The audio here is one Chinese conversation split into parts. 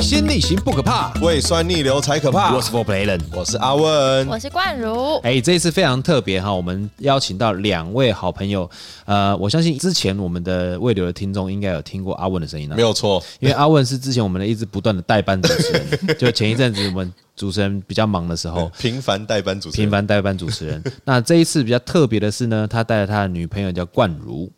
先逆行不可怕。胃酸逆流才可怕。我是 For Play 人。我是阿问，我是冠如，哎，这一次非常特别哈，我们邀请到两位好朋友，呃，我相信之前我们的未流的听众应该有听过阿问的声音了没，有错，因为阿问是之前我们的一直不断的代班主持人，就前一阵子我们主持人比较忙的时候，平凡代班主持人。频繁代班主持人。那这一次比较特别的是呢，他带了他的女朋友叫冠如。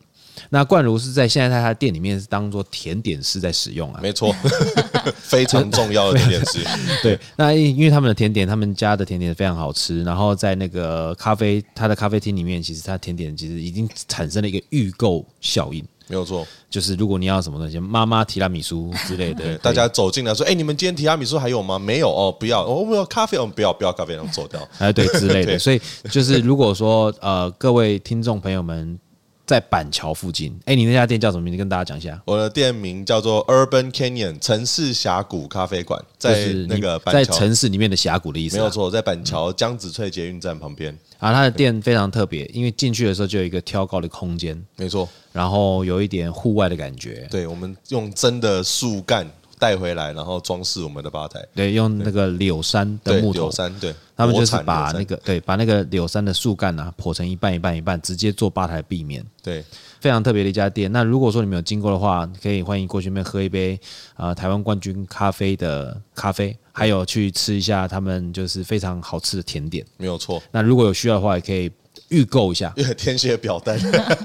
那冠如是在现在在他的店里面是当做甜点师在使用啊。没错， 非常重要的一件事。对，那因因为他们的甜点，他们家的甜点非常好吃。然后在那个咖啡，他的咖啡厅里面，其实他甜点其实已经产生了一个预购效应，没有错，就是如果你要什么东西，妈妈提拉米苏之类的，大家走进来说：“哎、你们今天提拉米苏还有吗？”没有哦，不要哦，我们有咖啡，哦，不要不要咖啡，然后走掉。哎，对之类对的。所以就是如果说呃，各位听众朋友们在板桥附近，哎，你那家店叫什么名字？跟大家讲一下。我的店名叫做 Urban Canyon 城市峡谷咖啡馆，在就是那你个板在桥，城市里面的峡谷的意思、没啊。有错，在板桥江子翠捷运站旁边，啊，它的店非常特别，因为进去的时候就有一个挑高的空间，没错。然后有一点户外的感觉。对，我们用真的树干带回来，然后装饰我们的吧台。对，用那个柳杉的对，木头柳，杉，对，他们就国是产柳把杉那个对，把那个柳杉的树干啊，剖成一半一半一半，直接做吧台避免。对非常特别的一家店。那如果说你没有经过的话，可以欢迎过去那边喝一杯啊、呃台湾冠军咖啡的咖啡，还有去吃一下他们就是非常好吃的甜点。没有错，那如果有需要的话，也可以预购一下。 因为填写表单。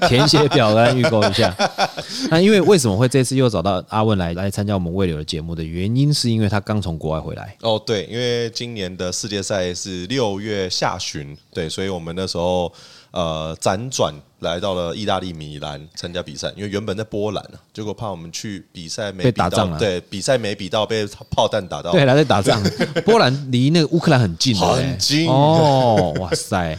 填写表单预购一下。那因为为什么会这次又找到阿问来来参加我们未流的节目的原因，是因为他刚从国外回来。哦，对，因为今年的世界赛是六月下旬，对，所以我们那时候呃辗转来到了意大利米兰参加比赛，因为原本在波兰啊，结果怕我们去比赛没被比打到仗了对，比赛没比到被炮弹打到，对，来在打 仗。波兰离那个乌克兰很近的嘞，很近哦，哇塞，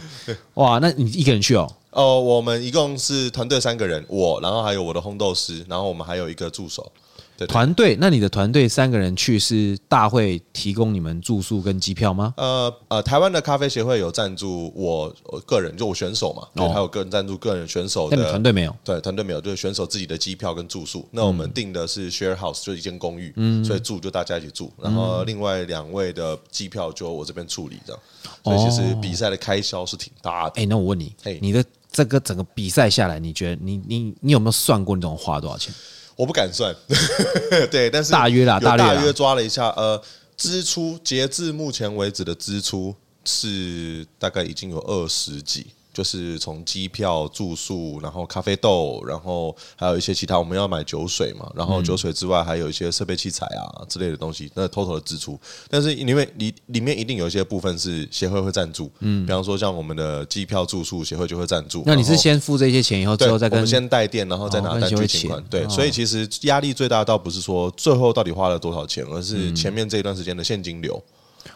哇，那你一个人去哦？哦，我们一共是团队三个人，我，然后还有我的烘豆师，然后我们还有一个助手，对对。团队？那你的团队三个人去是大会提供你们住宿跟机票吗？呃呃，台湾的咖啡协会有赞助我我个人，就我选手嘛，对，哦还有个人赞助个人选手但你的们团队没有。嗯对，团队没有，就是选手自己的机票跟住宿。那我们订的是 share house，就一间公寓，所以住就大家一起住。然嗯后另外两位的机票就我这边处理这样，哦所以其实比赛的开销是挺大的。哎、那我问你嘿，你的这个整个比赛下来，你觉得你你你有没有算过你总共花了多少钱？我不敢算，对，但是大约啦有大大约啦约抓了一下，呃，支出截至目前为止的支出是大概已经有二十几。就是从机票、住宿，然后咖啡豆，然后还有一些其他，我们要买酒水嘛，然后酒水之外还有一些设备器材啊之类的东西，那 total 的支出。但是因为里里面一定有一些部分是协会会赞助，嗯，比方说像我们的机票、住宿，协会就会赞助。那你然是后先付这些钱，以后之对，后再我跟们先带电，然后再哦拿跟单协据会请款钱。对，哦所以其实压力最大倒不是说最后到底花了多少钱，而是前面这一段时间的现金流。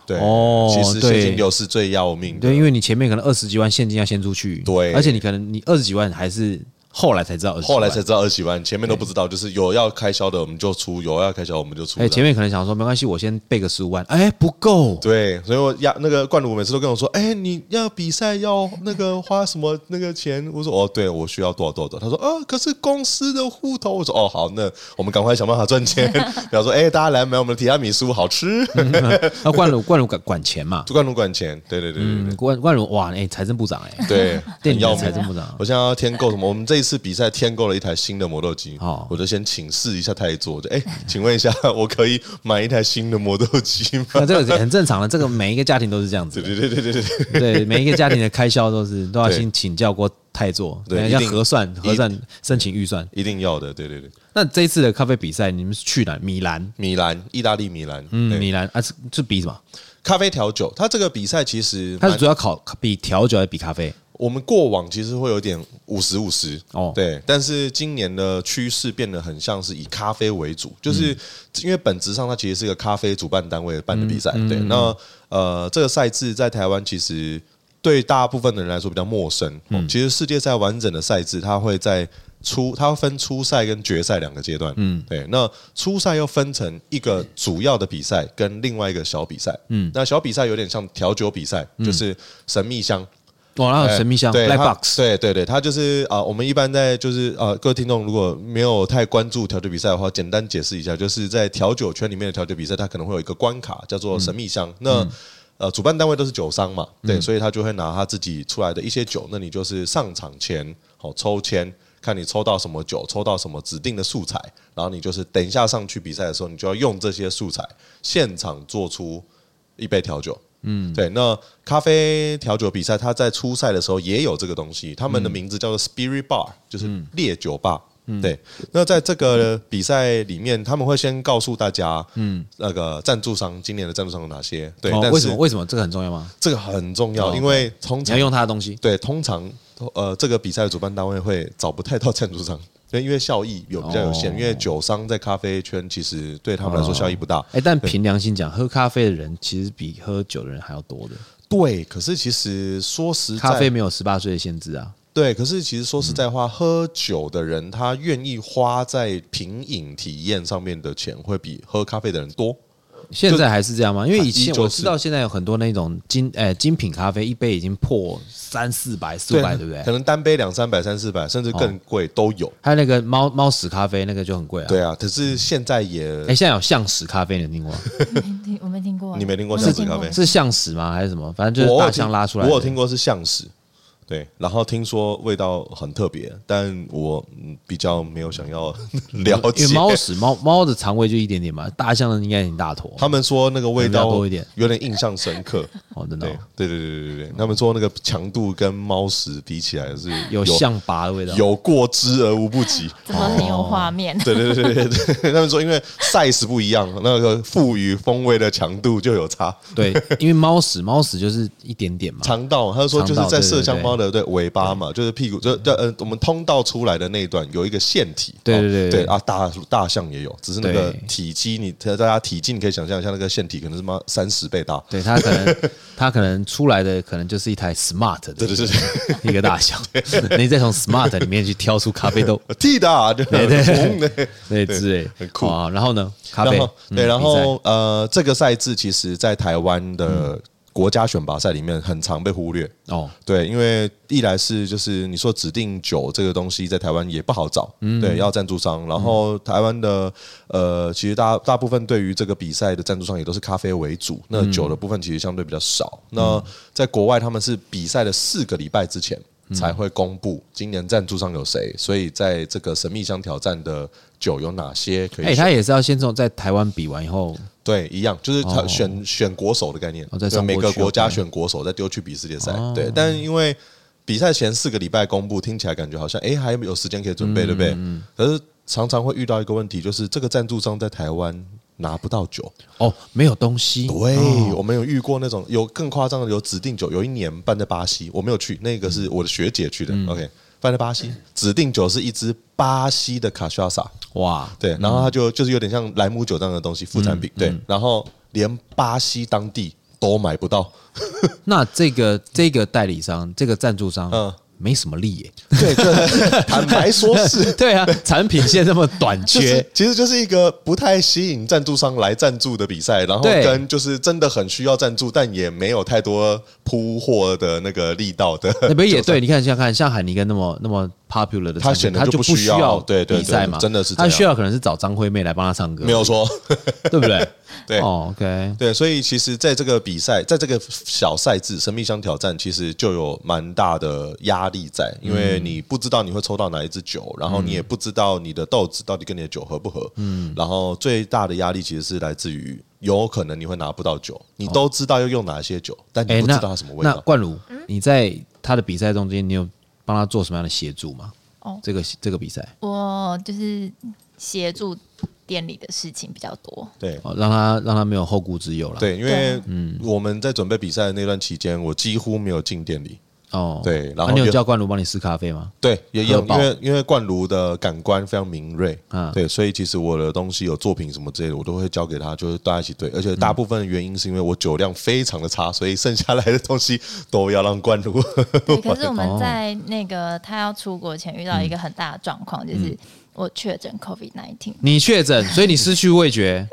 对，嗯哦其实现对金流是最要命的对，。因为你前面可能二十几万现金要先出去，对而且你可能你二十几万还是后来才知道20几万，后来才知道二十万，前面都不知道，就是有要开销的我们就出，有要开销我们就出。哎，前面可能想说没关系，我先备个十五万，哎，不够，对，所以我压那个冠儒每次都跟我说：“哎、你要比赛要那个花什么那个钱？”我说：“哦，对，我需要多少多少。多少”他说：“啊，可是公司的户头。”我说：“哦，好，那我们赶快想办法赚钱。” 比方说：“哎、大家来买我们的提拉米苏，好吃。那冠儒冠儒管管钱嘛，就灌入管钱，对对对对嗯，冠冠儒哇，哎，财政部长哎，对，店很里的要命财。政部长，我现在要添购什么？我们这一次比赛添购了一台新的磨豆机，哦我就先请示一下台桌，我就哎、 请问一下，我可以买一台新的磨豆机吗？ 那 这个很正常的，这个每一个家庭都是这样子对的，对对对对对对对，每一个家庭的开销都是都要对先请教过泰座，对对，一要定核算一核算申请预算。一定要的，对对对。那这一次的咖啡比赛，你们是去哪？米兰，米兰，意大利米兰，嗯，对米兰啊，是是比什么？咖啡调酒，它这个比赛其实它是蛮主要考比调酒还是比咖啡？我们过往其实会有点五十五十哦对，但是今年的趋势变得很像是以咖啡为主，就是因为本质上它其实是一个咖啡主办单位办的比赛，对，那呃这个赛制在台湾其实对大部分的人来说比较陌生，哦其实世界赛完整的赛制它会在。初，它分初赛跟决赛两个阶段，嗯，对。那初赛又分成一个主要的比赛跟另外一个小比赛，嗯，那小比赛有点像调酒比赛，就是神秘箱，哦，然后有神秘箱对 black 它 box，对对对，它就是啊、呃我们一般在就是啊、呃各位听众如果没有太关注调酒比赛的话，简单解释一下，就是在调酒圈里面的调酒比赛，它可能会有一个关卡叫做神秘嗯箱。那、呃，主办单位都是酒商嘛，对，所以他就会拿他自己出来的一些酒，那你就是上场前好、抽签，看你抽到什么酒，抽到什么指定的素材，然后你就是等一下上去比赛的时候，你就要用这些素材现场做出一杯调酒。嗯，对。那咖啡调酒比赛，它在初赛的时候也有这个东西，他们的名字叫做 Spirit 嗯 Bar，就是烈酒吧。对，那在这个比赛里面，他们会先告诉大家，嗯，那个赞助商今年的赞助商有哪些？对，哦，但为什是么为什么这个很重要吗？这个很重哦要，因为通你要常用它的东西，对通常呃，这个比赛的主办单位会找不太到赞助商， 因为因为效益有比较有限，哦因为酒商在咖啡圈其实对他们来说效益不大。哎，但凭良心讲，喝咖啡的人其实比喝酒的人还要多的。对，可是其实说实咖在啡，没有十八岁的限制啊，对，可是其实说实在话，喝酒的人他愿意花在品饮体验上面的钱，会比喝咖啡的人多。现在还是这样吗？因为以前依旧我知道，现在有很多那种精呃精品咖啡，一杯已经破三四百、四五百，对不对可？能单杯两三百、三四百，甚至更贵都有。还有那个猫猫屎咖啡，那个就很贵啊。，对啊，可是现在也哎，现在有象屎咖啡，你有听过吗？没听 我没听过，你没听过我橡子咖啡听过是象屎吗？还是什么？反正就我是有大听象拉出来我的。有听过是象屎，对，然后听说味道很特别，但我嗯比较没有想要了因为。解猫屎猫猫的肠胃就一点点嘛，大象的应该很大坨。他们说那个味可能比较道多一点有点印象深刻，哦，真的对哦对对对对对对，他们说那个强度跟猫屎比起来是有象拔的味道。有过之而无 不及。怎么很有画面？对对对对对对，他们说因为 size 不一样，那个赋予风味的强度就有差。对，因为猫屎猫屎就是一点 点嘛。肠道，他就说就是肠道在对对麝香猫的对尾巴嘛，就是屁股，就就呃，我们通道出来的那一段有一个腺体，对哦对对对对啊，大大象也有，只是那个对体积，你大家体积你可以想象一下，那个腺体可能是妈三十倍大，对它可能它可能出来的可能就是一台 smart 的，对 对对 对，一个大象，你再从 smart 里面去挑出咖啡豆，地大，对对对啊红的。对之类，很酷啊。然后呢，咖啡然后，嗯对，然比赛后呃，这个赛制其实在台湾的国家选拔赛里面很常被忽略，哦，对，因为一来是就是你说指定酒这个东西在台湾也不好找，嗯对，要赞助商。然后台湾的呃，其实大大部分对于这个比赛的赞助商也都是咖啡为主，那酒的部分其实相对比较少。嗯那在国外他们是比赛的四个礼拜之前。嗯才会公布今年赞助商有谁，所以在这个神秘箱挑战的酒有哪些可以哎，选？他也是要先从在台湾比完以后，对，一样，就是他哦选选国手的概念哦再，就送每过个去国家，OK 选国手，再丢去比世界赛哦。对，但因为比赛前四个礼拜公布，听起来感觉好像哎还有时间可以准备，对不嗯对？可是常常会遇到一个问题，就是这个赞助商在台湾拿不到酒。哦，没有东西，对哦，我们有遇过那种有更夸张的，有指定酒，有一年办在巴西，我没有去，那个是我的学姐去的。OK，办嗯在巴西，指定酒是一支巴西的卡西亚萨。哇，对，然后它就就是有点像莱姆酒这样的东西，副产品。对，然后连巴西当地都买不到。那这个这个代理商，这个赞助商，嗯没什么力耶。对，这 坦白说 是。对啊，产品线这么短 就是缺，，其实就是一个不太吸引赞助商来赞助的比赛，然后对跟就是真的很需要赞助，但也没有太多铺货的那个力道的。那不是也对？你看，想想看，像海尼根那么那么 popular 的产品，他选的他就就不需需要对对对比赛嘛，真的是这他样需要可能是找张惠妹来帮他唱歌， 没有说，对不对？ 对哦，OK，对，所以其实在这个比赛，在这个小赛制神秘箱挑战，其实就有蛮大的压力在，因为嗯你不知道你会抽到哪一支酒，然后你也不知道你的豆子到底跟你的酒合不合。嗯，然后最大的压力其实是来自于有可能你会拿不到酒，你都知道要用哪些酒，但哦哎你，不知那道它什么味那道。冠儒，嗯你在他的比赛中间，你有帮他做什么样的协助吗？哦这个这个比赛，我就是协助店里的事情比较 多，对哦，嗯让他让他没有后顾之忧了。，嗯对，因为我们在准备比赛的那段期间，我几乎没有进店里。哦，对然后啊你有就叫冠儒帮你试咖啡吗？对，也一喝样，因爆为因为冠如的感官非常敏锐，嗯对，所以其实我的东西有作品什么之类的，我都会交给他，就是大家一起对。而且大部分的原因是因为我酒量非常的差，所以剩下来的东西都要让冠 如。哦嗯对，可是我们在那个他要出国前遇到一个很大的状况，就是我确诊 COVID nineteen，你确诊，所以你失去味 觉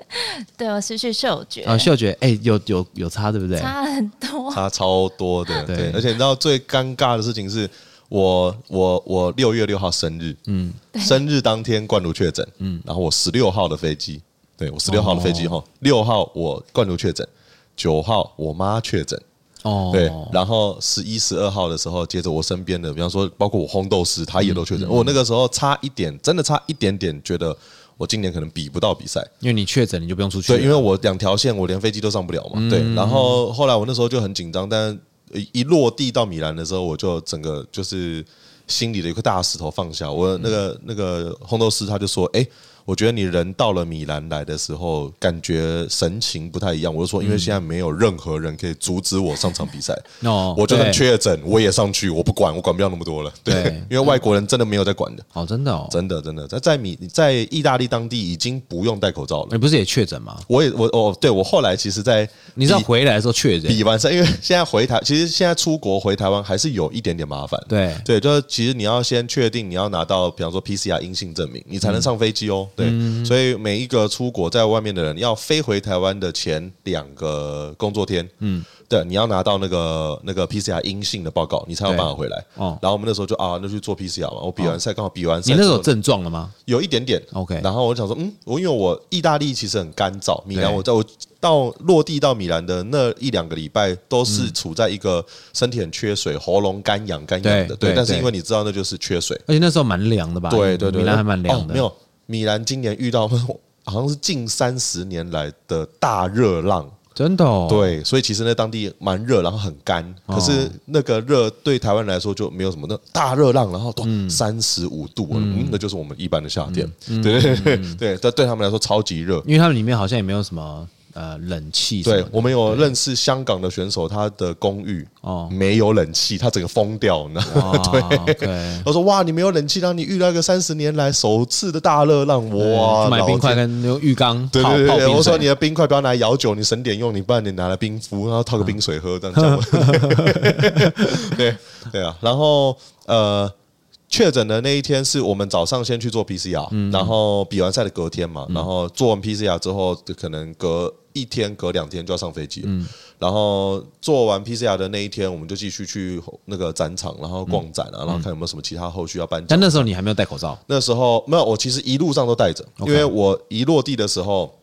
对我失去嗅觉，啊，嗅觉，哎、有有有差，对不对？差很多。差超多的。对对，而且你知道最尴尬的事情是。我我我六月六号生日，嗯，生日当天冠如确诊，嗯，然后我十六号的飞机，对我十六号的飞机哦哈，六号我冠如确诊，九号我妈确诊，哦，对，然后十一、十二号的时候，接着我身边的，比方说包括我烘豆师，他也都确诊。我那个时候差一点，真的差一点点，觉得我今年可能比不到比赛。因为你确诊，你就不用出去了。对，因为我两条线，我连飞机都上不了嘛。对，然后后来我那时候就很紧张，但一一落地到米兰的时候，我就整个就是心里的一块大石头放下。我那个那个烘豆师他就说：“哎，我觉得你人到了米兰来的时候，感觉神情不太一样。”我就说：“因为现在没有任何人可以阻止我上场比赛。”哦，我就算对确诊，我也上去，我不管，我管不了那么多了。对对， 因为外国人真的没有在管的，哦，真的哦，真的真的，在在米在意大利当地已经不用戴口罩了。你不是也确诊吗？我也我哦，对我后来其实，在你知道回来的时候确诊，比完赛，因为现在回台，其实现在出国回台湾还是有一点点麻烦。对对，就是其实你要先确定你要拿到，比方说 PCR 阴性证明，你才能嗯上飞机哦。对，所以每一个出国在外面的人，要飞回台湾的前两个工作天，嗯，对，你要拿到那个那个 PCR 阴性的报告，你才有办法回来。哦哦，然后我们那时候就啊，那就去做 PCR 嘛。我比完赛刚好比完赛之你后，那时候有症状了吗？有一点点 OK 然后我想说，嗯，我因为我意大利其实很干燥，米兰对我在我到落地到米兰的那一两个礼拜都是嗯处在一个身体很缺水、喉咙干痒干痒的，对对但是对因为你知道那就是缺水，而且那时候蛮凉的吧？对对对，米兰还蛮哦凉的。没有，米兰今年遇到 好像是近三十年来的大热浪，真的哦。，对，所以其实那当地蛮热，然后很干，哦可是那个热对台湾来说就没有什么那大热浪，然后都嗯三十五度，嗯，那就是我们一般的夏天，对对对嗯 对，这对他们来说超级热。因为他们里面好像也没有什么呃冷气什么对的。我们有认识香港的选手，他的公寓哦没有冷气，他整个疯掉，你知道啊吗？对。对，他说：“哇，你没有冷气，让你遇到一个三十年来首次的大热浪，哇！就嗯买老冰块天跟用浴缸对泡对泡对对，冰我说水你的冰块不要拿来摇酒，你省点用，你不然你拿来冰敷，然后套个冰水喝，这样讲。 对对啊，然后呃，确诊的那一天是我们早上先去做 PCR，、然后比完赛的隔天嘛，然后做完 PCR 之后，就可能隔一天、隔两天就要上飞机了。然后做完 PCR 的那一天，我们就继续去那个展场，然后逛展啊，然后看有没有什么其他后续要颁奖但。那时候你还没有戴口罩，那时候没有，我其实一路上都带着，因 OK 为我一落地的时候，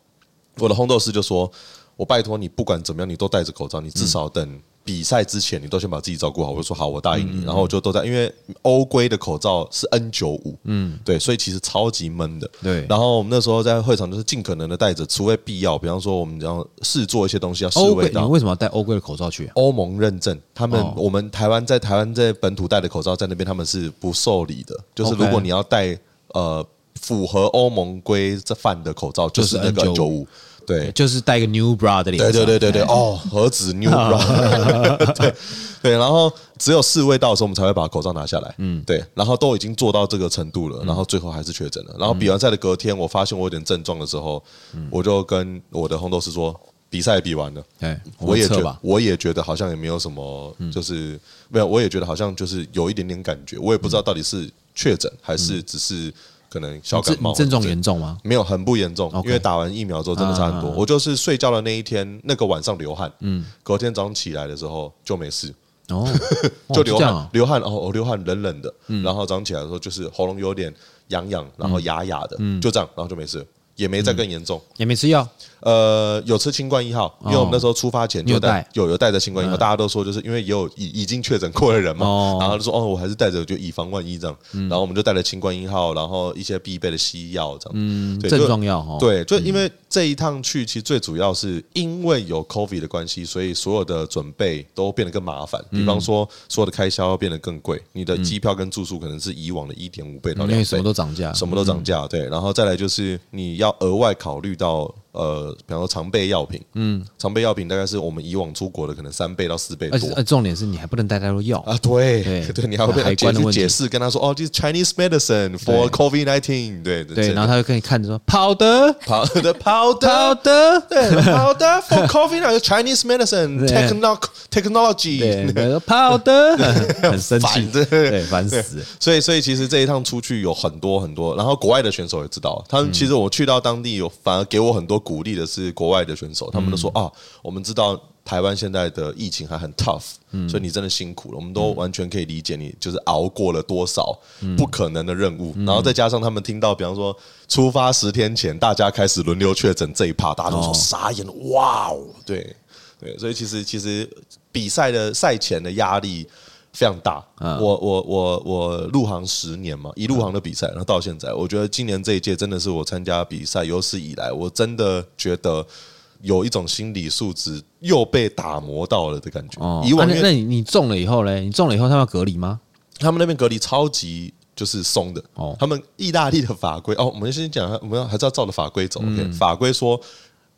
我的烘豆师就说：“我拜托你，不管怎么样，你都戴着口罩，你至少等比赛之前，你都先把自己照顾好。”我就说：“好，我答应嗯你。然后我就都在，因为欧规的口罩是 N 九五，嗯，对，所以其实超级闷的。对然后我们那时候在会场就是尽可能的戴着，除非必要，比方说我们要试做一些东西要试欧味哦规，你道。为什么要戴欧规的口罩去啊？欧盟认证，他们、哦我们台湾在台湾在本土戴的口罩，在那边他们是不受理的。就是如 OK 果你要戴呃符合欧盟规这范的口罩，就就是是那个 N95 九五。对就是戴一个 new bra 的脸对上。对对对对，哦，何止 new bra，对 对，然后只有试味道的时候，我们才会把口罩拿下来。嗯，对，然后都已经做到这个程度了，然后最后还是确诊了。然后比完赛的隔天，我发现我有点症状的时候，我就跟我的烘豆师说，比赛比完了。对，我也们觉测得吧，。嗯我也觉得好像也没有什么，就是没有，我也觉得好像就是有一点点感觉，我也不知道到底是确诊还是只是可能小这感冒。嗯症状对严重吗？没有很不严重， OK 因为打完疫苗之后真的差很多。啊我就是睡觉的那一天，那个晚上流汗，嗯，隔天早上起来的时候就没事，哦，哇 就是流这样汗啊，嗯流汗哦，我流汗冷冷的，然后早上起来的时候就是喉咙有点痒痒，然后哑哑的，嗯就这样，然后就没事，也没再更严重。也没吃药。呃，有吃新冠一号，因为我们那时候出发前你哦就有带带嗯有有带着新冠一号，大家都说就是因为也有已已经确诊过的人嘛，哦嗯然后就说哦，我还是带着就以防万一这样，然后我们就带了新冠一号，然后一些必备的西药这样，嗯，症状药哦，，对，就因为这一趟去，其实最主要是因为有 COVID 的关系，所以所有的准备都变得更麻烦。嗯比方说，所有的开销变得更贵，你的机票跟住宿可能是以往的一点五倍到因两为倍，什么都涨价，什么都涨价，对，然后再来就是你要额外考虑到呃，比方说常备药品，嗯，常备药品大概是我们以往出国的可能三倍到四倍而多且呃，重点是你还不能带太多药，啊，对对 对，你还要跟他海解关的释问题解释，跟他说哦，这是 Chinese medicine for 对 COVID nineteen，对对，然后他他就跟你看着说跑的跑的跑跑的的，对跑的 for COVID 那个 Chinese medicine 对 techno technology，对，跑的， 很生气，烦对对，烦死。所以，所以其实这一趟出去有很多很多，然后国外的选手也知道，嗯他们其实我去到当地有反而给我很多鼓励的是国外的选手，他们都说、嗯啊，我们知道台湾现在的疫情还很 tough，、所嗯以你真的辛苦了，我们都完全可以理解你就是熬过了多少嗯不可能的任务，然后再加上他们听到，比方说出发十天前大家开始轮流确诊这一趴，大家都说哦傻眼了，哇哦，对对，所以其实其实比赛的赛前的压力。非常大。嗯我我我我入行十年嘛，一入行的比赛，然后到现在，我觉得今年这一届真的是我参加比赛有史以来，我真的觉得有一种心理素质又被打磨到了的感觉。哦，以啊往因那为那你你中了以后嘞，你中了以后他们要隔离吗？他们那边隔离超级就是松的。哦他们意大利的法规哦，我们先讲，我们要还是要照着法规嗯走。OK，法规说。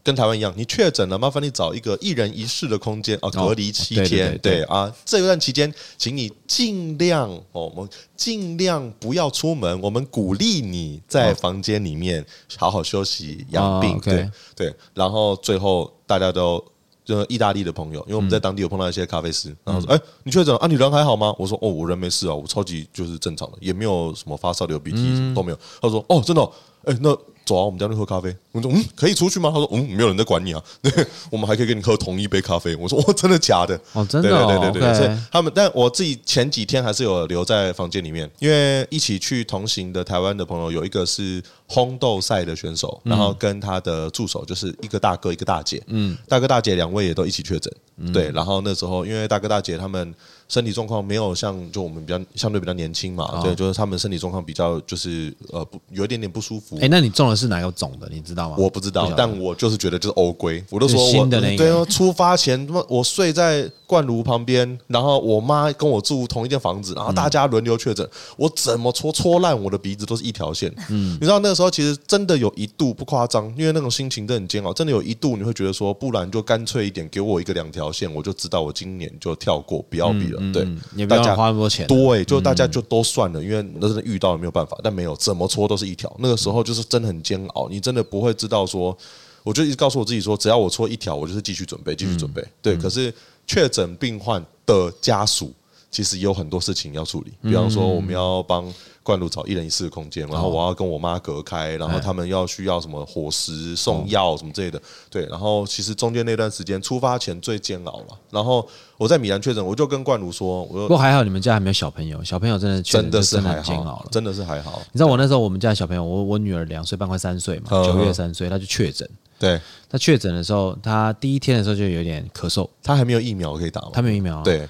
跟台湾一样，你确诊了，麻烦你找一个一人一室的空间哦，哦隔离期对对间、对对啊，这段期间，请你尽量哦，我们尽量不要出门，我们鼓励你在房间里面好好休息、养病。哦，OK 对对，然后最后大家都就意大利的朋友，因为我们在当地有碰到一些咖啡师，然后说：“哎、你确诊了啊？你人还好吗？”我说：“哦，我人没事啊，我超级就是正常的，也没有什么发烧、流鼻涕、都没有。”他说：“哦，真的、哦？哎、那走啊，我们家去喝咖啡。”我说：“嗯，可以出去吗？”他说：“嗯，没有人在管你啊， 对，我们还可以跟你喝同一杯咖啡。”我说：“哦，真的假的？”哦真的哦对对对对对， OK 所以他们，但我自己前几天还是有留在房间里面，因为一起去同行的台湾的朋友有一个是烘豆赛的选嗯手，然后跟他的助手就是一个大哥一个大姐，嗯，大哥大姐两位也都一起确诊，嗯对，然后那时候因为大哥大姐他们身体状况没有像就我们比较相对比较年轻嘛，哦对，就是他们身体状况比较就是呃不有一点点不舒服，哎，那你中的是哪个种的，你知道吗？我不知不道晓，得但我就是觉得就是欧规，我都就是说我新的那个对哦，出发前他妈我睡在冠如旁边，然后我妈跟我住同一间房子，然嗯后大家轮流确诊，我怎么戳戳烂我的鼻子都是一条线。嗯，你知道那个时候其实真的有一度不夸张，因为那种心情真的很煎熬，真的有一度你会觉得说，不然就干脆一点，给我一个两条线，我就知道我今年就跳过，不要比了。对嗯，也不大要家花那么多钱。对，就大家就都算了，因为那真的遇到了没有办法，但没有怎么搓都是一条。那个时候就是真的很煎熬，你真的不会知道说，我就一直告诉我自己说，只要我搓一条，我就是继续准备，继续准备。对，可是确诊病患的家属。其实也有很多事情要处理，比方说我们要帮冠儒找一人一室的空间，然后我要跟我妈隔开，然后他们要需要什么伙食、送药什么之类的。对，然后其实中间那段时间出发前最煎熬了。然后我在米兰确诊，我就跟冠儒说，我不说过还好你们家还没有小朋友，小朋友真的确诊真的就是真的还很煎熬好了，。真的是还好。你知道我那时候我们家的小朋友，我我女儿两岁半快三岁嘛，嗯九月嗯三岁，她就确诊。对她确诊的时候，她第一天的时候就有点咳嗽，他还没有疫苗可以打吗？她没有疫苗、啊。。对，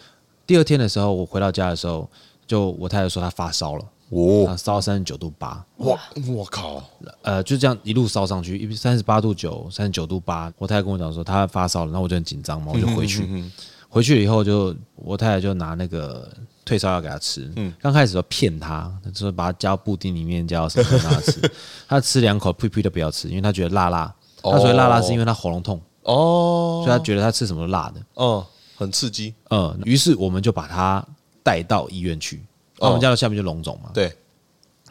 第二天的时候，我回到家的时候，就我太太说她发烧了，她哦，烧三十九度八，哇，我靠，呃，就这样一路烧上去，一三十八度九、三十九度八。我太太跟我讲说她发烧了，然后我就很紧张嘛，我就回去。回去以后就我太太就拿那个退烧药给她吃。刚开始都骗她，就是把它加到布丁里面，加到什么让她吃。她吃两口，屁屁都不要吃，因为她觉得辣辣。她所谓辣辣是因为她喉咙痛，啊哦所以，她觉得她吃什么都辣的。嗯，很刺激，嗯，于是我们就把她带到医院去。那我们家的下面就龙总嘛，对，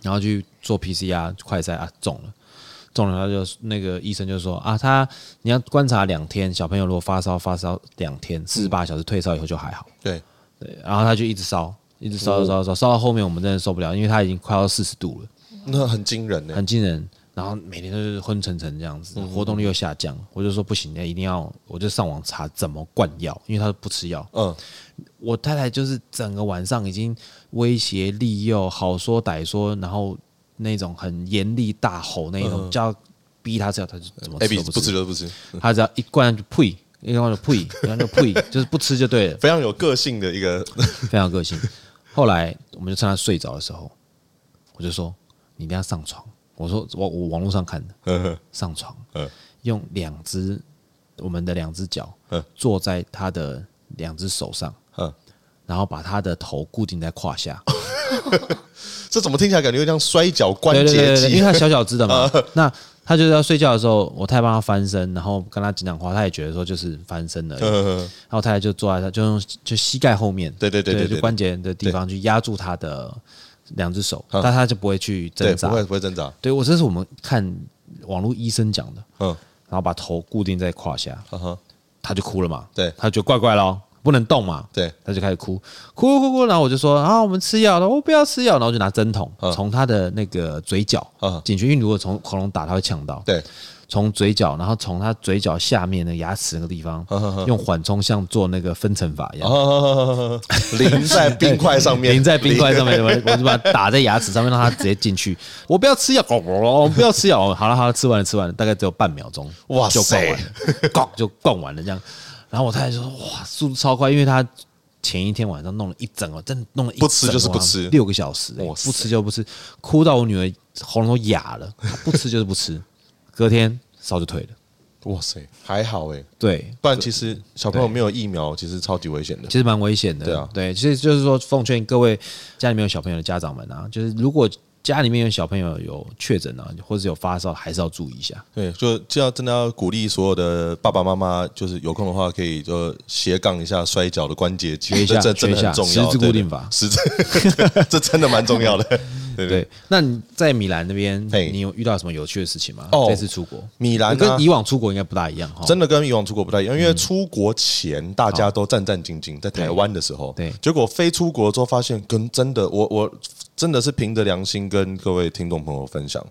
然后去做 PCR 快筛啊，中了，中了，他就那个医生就说啊，他你要观察两天，小朋友如果发烧发烧两天，四十八小时退烧以后就还好，对，对，然后他就一直烧，一直烧烧烧烧到后面我们真的受不了，因为他已经快要四十度了，那很惊人呢。很惊人。然后每天都是昏沉沉这样子，活动力又下降，我就说不行，一定要，我就上网查怎么灌药，因为他不吃药，嗯，我太太就是整个晚上已经威胁利诱、好说歹说，然后那种很严厉大吼那一种，叫逼他吃药，他就怎么嗯吃哎，比都不不吃吃，就不吃，他只要一灌就呸，一灌就呸，一灌就呸，就是不吃就对了，非常有个性的一个，非常有个性。后来我们就趁他睡着的时候，我就说你一定要上床，我说我我网络上看的，嗯上床嗯，用两只我们的两只脚嗯坐在他的两只手上。嗯，然后把他的头固定在胯下， 这怎么听起来感觉有点像摔跤关对对对节嗯对对，因为技？ 他小小只的嘛，那他就是要睡觉的时候，我太太帮他翻身，然后跟他讲讲话，他也觉得说就是翻身了，然嗯，后太太就坐在他就用就膝盖后面，对对对对对，对就关节的地方去压住他的两只手，嗯但他就不会去挣对，不扎。会不会挣扎，对我这是我们看网络医生讲的，嗯，然后把头固定在胯下，哈哈，他就哭了嘛，对他就怪怪咯，不能动嘛，对，他就开始哭，哭哭哭，然后我就说啊，我们吃药了，我不要吃药，然后就拿针筒嗯从他的那个嘴角嗯进去，因为如果从喉咙打，他会呛到，对，从嘴角，然后从他嘴角下面的牙齿那个地方嗯嗯嗯，用缓冲像做那个分层法一样。啊， 淋在冰块上面，淋在冰块上面，我我就把它打在牙齿上面，让它直接进去。我不要吃药，我不要吃药。哦好了好了，吃完了吃完了，大概只有半秒钟，哇就灌塞完 了，逛就灌完了这样。然后我太太说：“哇，速度超快，因为她前一天晚上弄了一整哦，真的弄了一不吃整就是不晚吃六个小时、欸哇塞不吃就不吃，哭到我女儿喉咙都哑了，不吃就是不吃。隔天烧就退了。哇塞，还好哎，对，不然其实小朋友没有疫苗，其实超级危险的其。实蛮危险的。对啊对，其实就是说，奉劝各位家里面有小朋友的家长们啊，就是如果家里面有小朋友有确诊啊，或者有发烧，还是要注意一下。对，就就要真的要鼓励所有的爸爸妈妈，就是有空的话可以就斜杠一下摔跤的关节学肌，一下这这真的学一很下重要。十字对固定法十字， 这真的蛮重要的。对对，对，那你在米兰那边，嘿你有遇到什么有趣的事情吗？哦这次出国，米兰啊我跟以往出国应该不大一样哈。真的跟以往出国不太一样，因为出国前大家都战战兢兢，在台湾的时候，对结果非出国之后发现，跟真的我我真的是凭着良心跟各位听众朋友分享，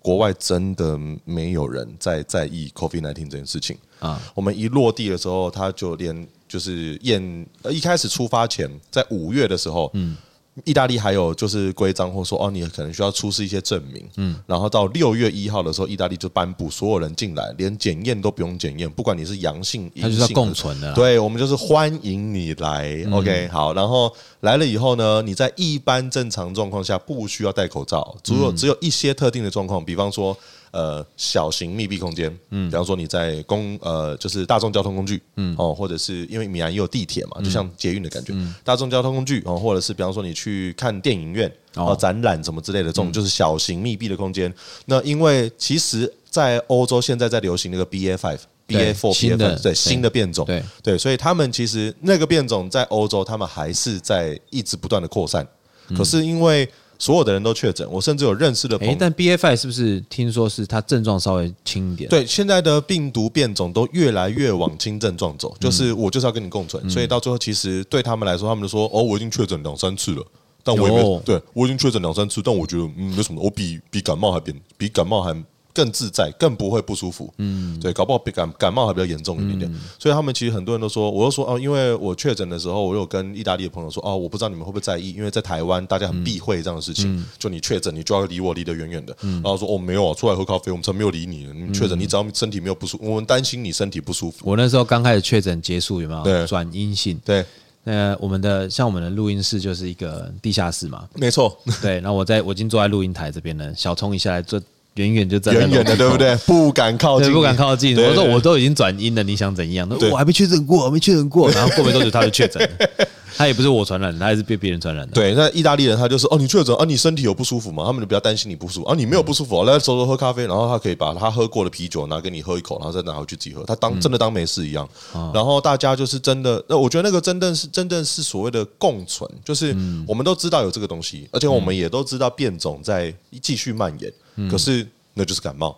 国外真的没有人在在意 COVID 1 9这件事情啊我们一落地的时候，他就连就是验，呃一开始出发前，在五月的时候，嗯。意大利还有就是规章，或说哦，你可能需要出示一些证明，嗯，然后到六月一号的时候，意大利就颁布所有人进来，连检验都不用检验，不管你是阳性、阴性，它就是要共存的啦嗯对，我们就是欢迎你来、o k 好，然后来了以后呢，你在一般正常状况下不需要戴口罩，只有、嗯只有一些特定的状况，比方说呃小型密闭空间，嗯，比方说你在公呃就是大众交通工具，嗯哦，或者是因为米兰也有地铁嗯嘛，就像捷运的感觉，大众交通工具哦，或者是比方说你去看电影院哦哦嗯展览什么之类的，这种就是小型密闭的空间。那因为其实，在欧洲现在在流行那个 BA five。B A 对 four B A 新的 five 对对新的变种，对对，所以他们其实那个变种在欧洲，他们还是在一直不断的扩散。可是因为所有的人都确诊，我甚至有认识的朋哎友，，但 B F I 是不是听说是它症状稍微轻一点？，对现在的病毒变种都越来越往轻症状走，就是我就是要跟你共存，所以到最后其实对他们来说，他们就说哦，我已经确诊两三次了。但我也没有对我已经确诊两三次，但我觉得嗯没什么，我比比感冒还变，比感冒还更自在，更不会不舒服。嗯，对，搞不好比感感冒还比较严重一嗯点点。所以他们其实很多人都说，我又说哦，因为我确诊的时候，我有跟意大利的朋友说哦，我不知道你们会不会在意，因为在台湾大家嗯很避讳这样的事情，就你确诊，你就要离我离得远远的。嗯然后说哦没有啊，出来喝咖啡，我们才没有理你呢。你确诊，你只要身体没有不舒服，我们担心你身体不舒服。我那时候刚开始确诊结束有没对有转阴性？对，那我们的像我们的录音室就是一个地下室嘛，没错，对，然后我在我已经坐在录音台这边了，小聪一下来就远远就站在远远楼的，梯对不口？对？不敢靠近哦对，你，不敢靠近。对我说对我都已经转阴了，你想怎样？那对我还没确诊过，我还没确诊 过。然后过没多久他就确诊了，他也不是我传染的，他也是被别人传染的。对，那意大利人他就是哦，你确诊啊，你身体有不舒服吗？他们就不要担心你不舒服啊，你没有不舒服、啊，来走走喝咖啡，然后他可以把他喝过的啤酒拿给你喝一口，然后再拿回去自己喝，他当真的当没事一样。然后大家就是真的，那我觉得那个真正是真正是所谓的共存，就是我们都知道有这个东西，而且我们也都知道变种在继续蔓延，可是那就是感冒。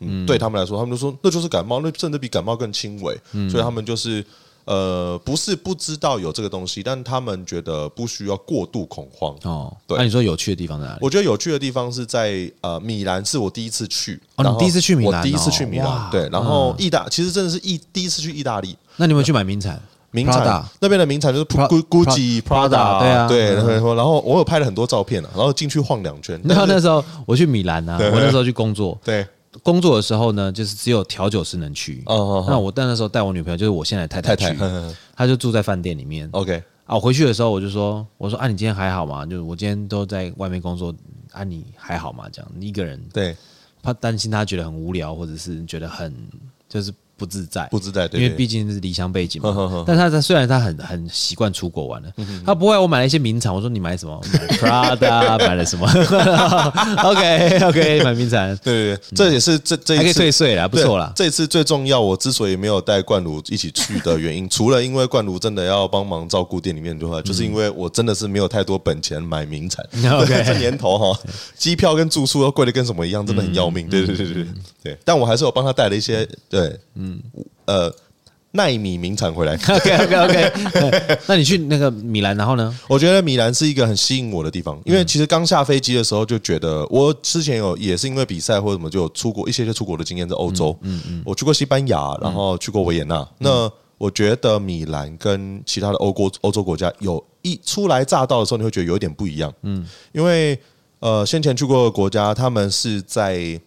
嗯，对他们来说，他们就说那就是感冒，那甚至比感冒更轻微，所以他们就是呃，不是不知道有这个东西，但他们觉得不需要过度恐慌。哦，对那你说有趣的地方在哪里？我觉得有趣的地方是在呃，米兰是我第一次去，哦然后你第一次去米兰哦我第一次去米兰，哇嗯对，然后意大其实真的是意第一次去意大利，那你有没有去买名 产？名 Prada 产那边的名产就是 Pra- Gu- Gucci、 Prada， Prada，对啊对，嗯然后然后我有拍了很多照片啊，然后进去晃两圈，然后但 那是时候我去米兰啊， 对我那时候去工作，对，工作的时候呢，就是只有调酒师能去。哦哦哦那我但那时候带我女朋友，就是我现在的太太太太嗯去，她就住在饭店里面。 ，OK，啊，我回去的时候我就说，我说啊，你今天还好吗？就是我今天都在外面工作，啊，你还好吗？这样你一个人对，怕担心他觉得很无聊，或者是觉得很就是不自在，不自在，对因为对毕竟是离乡背景呵呵嗯嘛呵。但他他虽然他很很习惯出国玩了，他不会。啊我买了一些名产，我说你买什么我买？Prada 买了什么？OK OK，买名产对对对，这也是这这嗯还可一以次退税啦，不对错啦。这次最重要，我之所以没有带冠如一起去的原 因，除了因为冠如真的要帮忙照顾店里面的话，嗯就是因为我真的是没有太多本钱买名 产。 OK 这年 头哈，机票跟住宿都贵的跟什么一样，真的很要嗯命。对对对对对对，但我还是有帮他带了一些，对，嗯，呃，奈米名产回来。 OK OK OK，那你去那个米兰，然后呢？我觉得米兰是一个很吸引我的地方，因为其实刚下飞机的时候就觉得，我之前有也是因为比赛或者什么就有出国一些些出国的经验在欧洲，嗯嗯，我去过西班牙，然后去过维也纳，那我觉得米兰跟其他的欧国欧洲国家有一初来乍到的时候，你会觉得有一点不一样，嗯，因为呃先前去过的国家，他们是在。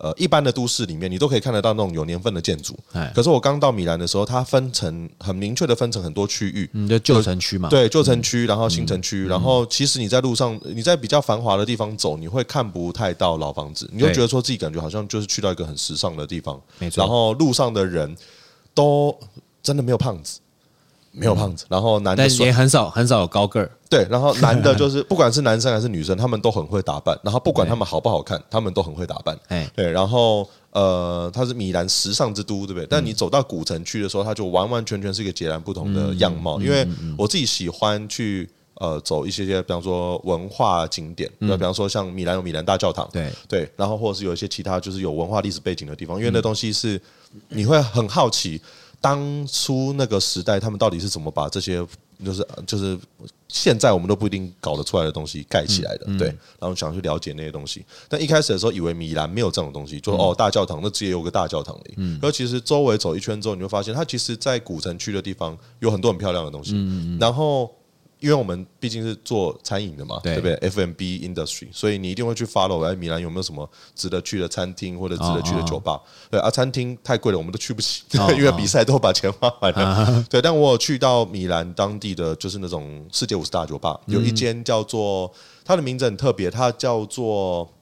呃，一般的都市里面，你都可以看得到那种有年份的建筑哎。可是我刚到米兰的时候，它分成很明确的分成很多区域，你的嗯旧城区嘛，对，旧城区，然后嗯新城区，然后其实你在路上，你在比较繁华的地方走，你会看不太到老房子，你就对觉得说自己感觉好像就是去到一个很时尚的地方，没错然后路上的人都真的没有胖子。没有胖子，然后男的嗯但也帅，很少很少有高个儿。对，然后男的 就是不管是男生还是女生，他们都很会打扮，然后不管他们好不好看，他们都很会打扮，哎，对，然后呃，它是米兰时尚之都，对不对？但你走到古城区的时候，它就完完全全是一个截然不同的样貌。因为我自己喜欢去呃走一些些，比方说文化景点，那、比方说像米兰有米兰大教堂，对对，然后或者是有一些其他就是有文化历史背景的地方，因为那东西是你会很好奇，当初那个时代他们到底是怎么把这些就是就是现在我们都不一定搞得出来的东西盖起来的，对，然后想去了解那些东西。但一开始的时候以为米兰没有这种东西，就、哦大教堂那只也有个大教堂而已。嗯，可其实周围走一圈之后，你会发现它其实在古城区的地方有很多很漂亮的东西，然后。因为我们毕竟是做餐饮的嘛，对对不对？F&B industry，所以你一定会去 follow 哎，米兰有没有什么值得去的餐厅或者值得去的酒吧？对啊，餐厅太贵了，我们都去不起，哦 啊因为比赛都把钱花完了。对，但我有去到米兰当地的就是那种世界五十大酒吧，有嗯一间叫做它的名字很特别，它叫做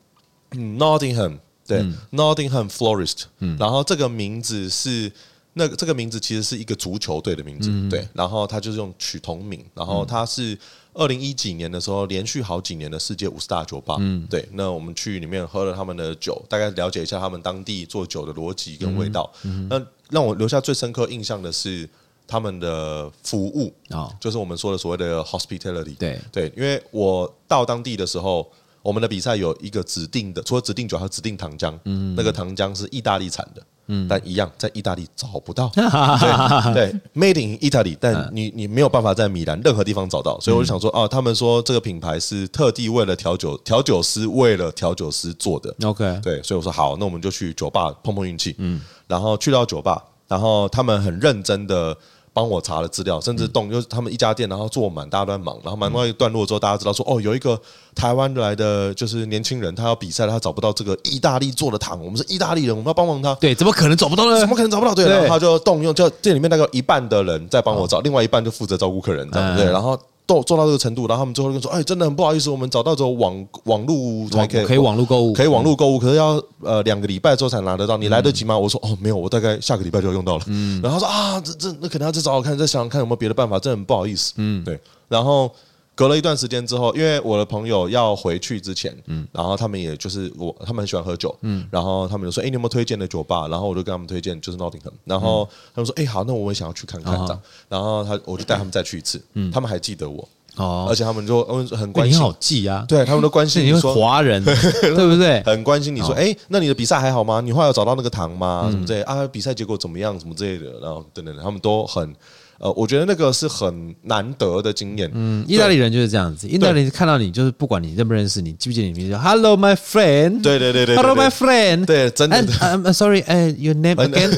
嗯 Nottingham，对、Nottingham Florist，、然后这个名字是。那这个名字其实是一个足球队的名字，对，然后他就是用取同名，然后他是二零一几年的时候连续好几年的世界五十大酒吧，嗯，对，那我们去里面喝了他们的酒，大概了解一下他们当地做酒的逻辑跟味道。那让我留下最深刻印象的是他们的服务，哦，就是我们说的所谓的 hospitality，对对，因为我到当地的时候，我们的比赛有一个指定的，除了指定酒，还有指定糖浆。嗯，那个糖浆是意大利产的，嗯，但一样在意大利找不到。对对，Made in Italy，但你你没有办法在米兰任何地方找到，所以我就想说，哦、他们说这个品牌是特地为了调酒调酒师为了调酒师做的， ，OK，对，所以我说好，那我们就去酒吧碰碰运气。嗯，然后去到酒吧，然后他们很认真的帮我查了资料，嗯甚至动就是他们一家店，然后坐满，大家都在忙，然后忙到一段落之后，大家知道说哦，有一个台湾来的就是年轻人，他要比赛，他找不到这个意大利做的糖，我们是意大利人，我们要帮忙他。对，怎么可能找不到呢怎？么可能找不到？对，对哦然后他就动用，就店里面大概有一半的人在帮我找，另外一半就负责照顾客人，这样嗯对。然后做做到这个程度，然后他们最后就说：“哎，真的很不好意思，我们找到只有网网路才网可以可以网络购物，可以网络购物，可是要呃两个礼拜之后才拿得到，你来得及吗？我说哦没有，我大概下个礼拜就要用到了。然后他说啊，这这那可能要再找找看，再想想看有没有别的办法，真的很不好意思。嗯，对。然后隔了一段时间之后，因为我的朋友要回去之前，嗯，然后他们也就是我，他们很喜欢喝酒，嗯，然后他们就说，哎、你有没有推荐的酒吧？然后我就跟他们推荐就是 Nottingham，然后他们说，哎、好，那我也想要去看看这样。然后他我就带他们再去一次，嗯，他们还记得我，而哦，且他们就嗯很喂关你心好，记啊，对他们都关是心你你是说。华 人，对不对？很关心你说，哦嗯哎、那你的比赛还好吗？你后来有找到那个糖吗？什么之类啊？比赛结果怎么样？什么之类的，然后等等，他们都很，呃，我觉得那个是很难得的经验。嗯，意大利人就是这样子，意大利人看到你就是不管你认不认识你，记不记得你名字就，Hello my friend，对对对对对 Hello my 对 friend， 对，真的 And,。I'm sorry, uh, your name again?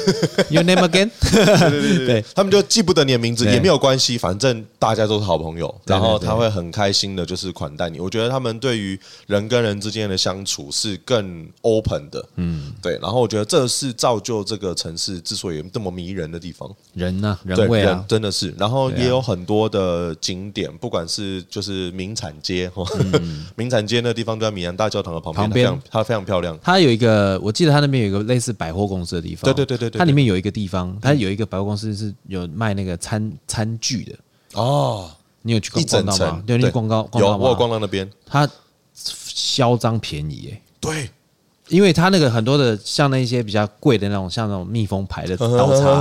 Your name again? 对对对对 对他们就记不得你的名字对也没有关系，反正大家都是好朋友，对然后对他会很开心的，就是款待你。我觉得他们对于人跟人之间的相处是更 open 的，嗯，对。然后我觉得这是造就这个城市之所以那么迷人的地方，人呐、啊，对人味啊，真的是。然后对啊也有很多的景点，不管是就是名产街， 哦名产街那地方就在米兰大教堂的旁边，嗯旁边它非常它非常漂亮。它有一个，我记得它那边有一个类似百货公司的地方。对对对对对嗯它里面有一个地方，它有一个百货公司是有卖那个餐餐具的。哦，你有去逛一整逛到层吗？，对，你逛到逛有到吗？我有逛到那边，它嚣张便宜耶、对，因为它那个很多的像那些比较贵的那种，像那种蜜蜂牌的嗯刀叉，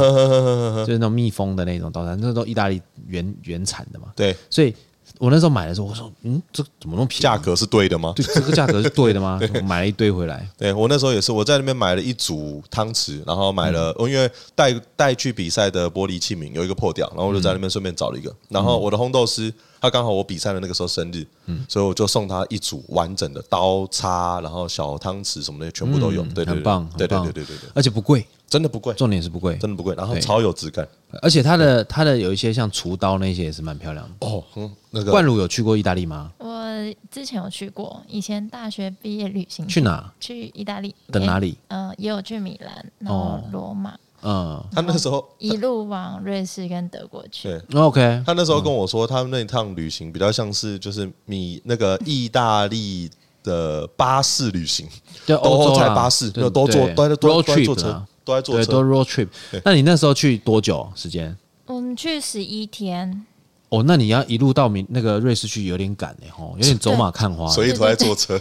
就是那种蜜蜂的那种刀叉，那都意大利原原产的嘛。 对，所以我那时候买的时候，我说，嗯，这怎么那么便宜？价格是对的吗？对，这个价格是对的 吗？我买了一堆回来，对我那时候也是，我在那边买了一组汤匙，然后买嗯了，哦因为带带去比赛的玻璃器皿有一个破掉，然后我就在嗯那边顺便找了一个。然后我的烘豆师，他刚好我比赛的那个时候生日，嗯所以我就送他一组完整的刀叉，然后小汤匙什么的全部都有，对对对，嗯很棒，很对对棒，对对对对，而且不贵，真的不贵，重点是不贵，真的不贵，然后对超有质感而且它的它的有一些像厨刀那些也是蛮漂亮的。哦，嗯，那冠个儒有去过意大利吗？我之前有去过，以前大学毕业旅行去？哪？去意大利等哪里？哦也呃，也有去米兰，然后罗马，嗯他那时候一路往瑞士跟德国去。对。哦，OK，他那时候跟我说，他们那一趟旅行比较像是就是米那个意大利的巴士旅行，就欧都洲在啦巴士，对那都坐对都在都 road 在都在坐 trip 车啦，都在坐对，都车。 road trip。那你那时候去多久时间？我们去十一天，哦，那你要一路到明那个瑞士去有点赶哎吼，有点走马看花。所以都在坐车，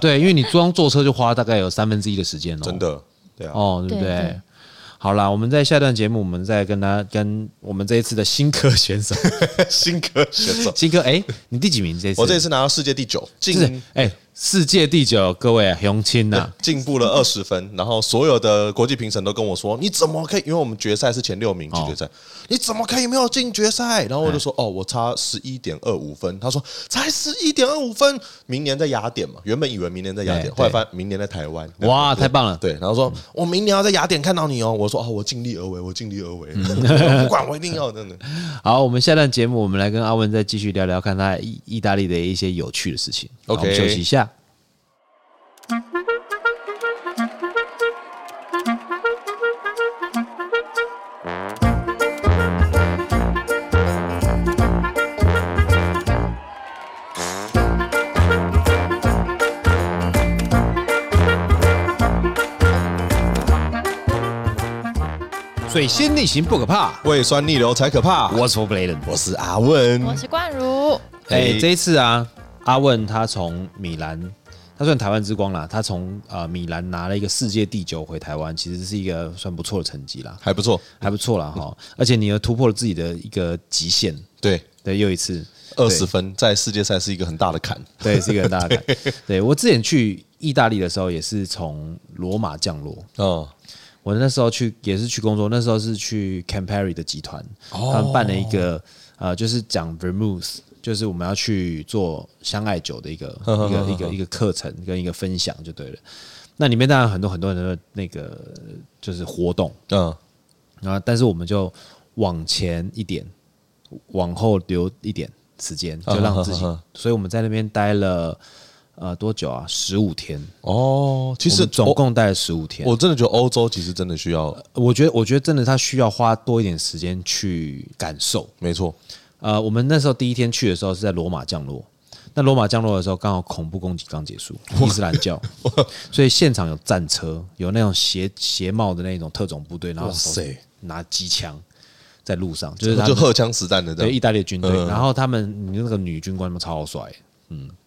对，因为你光坐车就花大概有三分之一的时间哦。真的，对啊，哦，对不对对对？好啦，我们在下段节目，我们再跟他跟我们这一次的新科选 手， 新科选手，新科，哎，你第几名这次？我这次拿到世界第九，是进哎，世界第九，各位雄亲啊呐，进步了二十分，然后所有的国际评审都跟我说，你怎么可以？因为我们决赛是前六名哦进决赛，你怎么可以没有进决赛？然后我就说，哦，我差十一点二五分。他说才十一点二五分，明年在雅典嘛，原本以为明年在雅对典，对后来发现明年在台湾。哇，太棒了！对，然后说，我明年要在雅典看到你哦。我说，哦，我尽力而为，我尽力而 为，我不管，我一定要，真的。好，我们下段节目，我们来跟阿文再继续聊聊，看他意意大利的一些有趣的事情。好 OK 我们休息一下。水仙逆行不可怕，胃酸逆流才可怕。我是 For b l a d e n 我是阿问，我是冠如，哎、哎这一次啊，阿问他从米兰，他算台湾之光啦，他从呃米兰拿了一个世界第九回台湾，其实是一个算不错的成绩啦，还不错。还不错 啦哈。而且你又突破了自己的一个极限，对，对，又一次二十分在世界赛是一个很大的坎。对，对，是一个很大的 坎。对我之前去意大利的时候，也是从罗马降落。哦，我那时候去也是去工作，那时候是去 Campari 的集团，哦他们办了一个呃，就是讲 Vermouth，就是我们要去做相爱酒的一个一个一个一个课程跟一个分享就对了。那里面当然很多很多人的那个就是活动，嗯，然后但是我们就往前一点，往后留一点时间，就让自己嗯嗯嗯嗯。所以我们在那边待了呃多久啊？十五天，哦，其我实们总我共待了十五天。我真的觉得欧洲其实真的需要，我觉得，我觉得真的他需要花多一点时间去感受。没错，呃，我们那时候第一天去的时候是在罗马降落，那罗马降落的时候刚好恐怖攻击刚结束，伊斯兰教，所以现场有战车，有那种斜斜帽的那种特种部队，然后哇手塞拿机枪在路上，就是他就们荷枪实弹的这对意样。大利的军队，嗯然后他们那个女军官们超帅。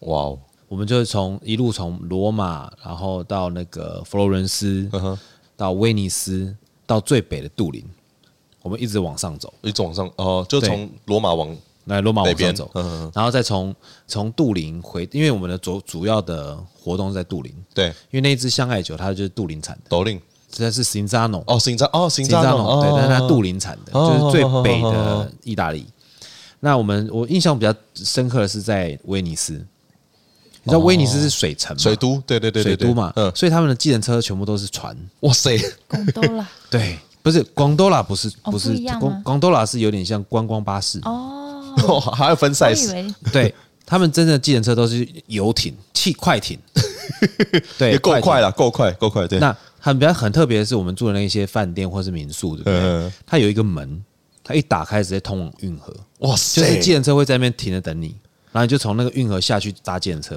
哇哦，我们就是从一路从罗马，然后到那个佛罗伦斯，哼到威尼斯，到最北的杜林，我们一直往上走，一直往上哦，就对从罗马往来罗马北往上边走，，嗯，然后再从从杜林回，因为我们的主主要的活动是在杜林，对，因为那一支香艾酒它就是杜林产的，斗令这是 Cinzano，哦，行扎哦，行扎龙对，但是它杜林产的，哦就是最北哦哦哦的意大利。那我们我印象比较深刻的是在威尼斯，你知道威尼斯是水城嘛，哦水都，对对对对水对都嘛，嗯，所以他们的计程车全部都是船，哇塞， 贡多 拉对，不是广多拉不是哦不是不一样吗广广多拉是有点像观光巴士，哦，还要分我以 size，为 对他们真正的计程车都是游艇、汽快 艇，对，也够艇快。了，够快，够快，对，那很比较很特别的是，我们住的那一些饭店或是民宿，对不对？嗯嗯嗯它有一个门，它一打开直接通往运河，哇就是塞，计程车会在那边停着等你，然后你就从那个运河下去搭计程车，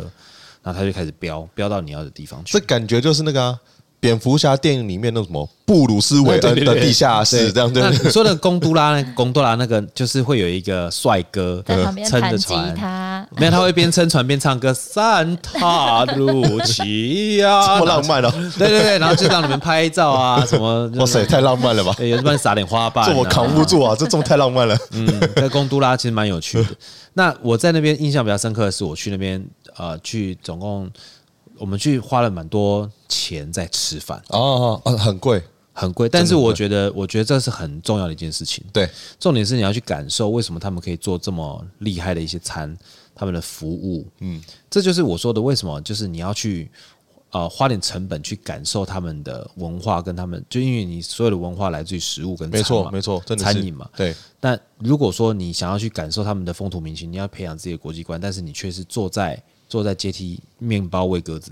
然后它就开始飙飙到你要的地方去这。感觉就是那个、啊、蝙蝠侠电影里面那什么布鲁斯韦恩呃的地下室这样对那不对？你说的贡都拉呢？贡多拉那个就是会有一个帅哥在旁边撑弹着吉船，他，没有他会边撑船边唱歌，三塔路奇呀， 这么浪漫哦！对对对，然后就让你们拍照啊，什 么哇塞，，太浪漫了吧！对有时候帮你撒点花瓣、啊，这我扛不住啊，这这么太浪漫 了。嗯， 在贡都拉其实蛮有趣的。那我在那边印象比较深刻的是，我去那边呃，去总共我们去花了蛮多钱在吃饭，哦，哦很贵，很贵，但是我觉得，我觉得这是很重要的一件事情。对，重点是你要去感受为什么他们可以做这么厉害的一些餐，他们的服务，嗯，这就是我说的为什么，就是你要去呃花点成本去感受他们的文化跟他们，就因为你所有的文化来自于食物跟没餐错嘛没错，真的是餐饮嘛，对，那如果说你想要去感受他们的风土民情，你要培养自己的国际观，但是你却是坐在坐在阶梯面包喂鸽子，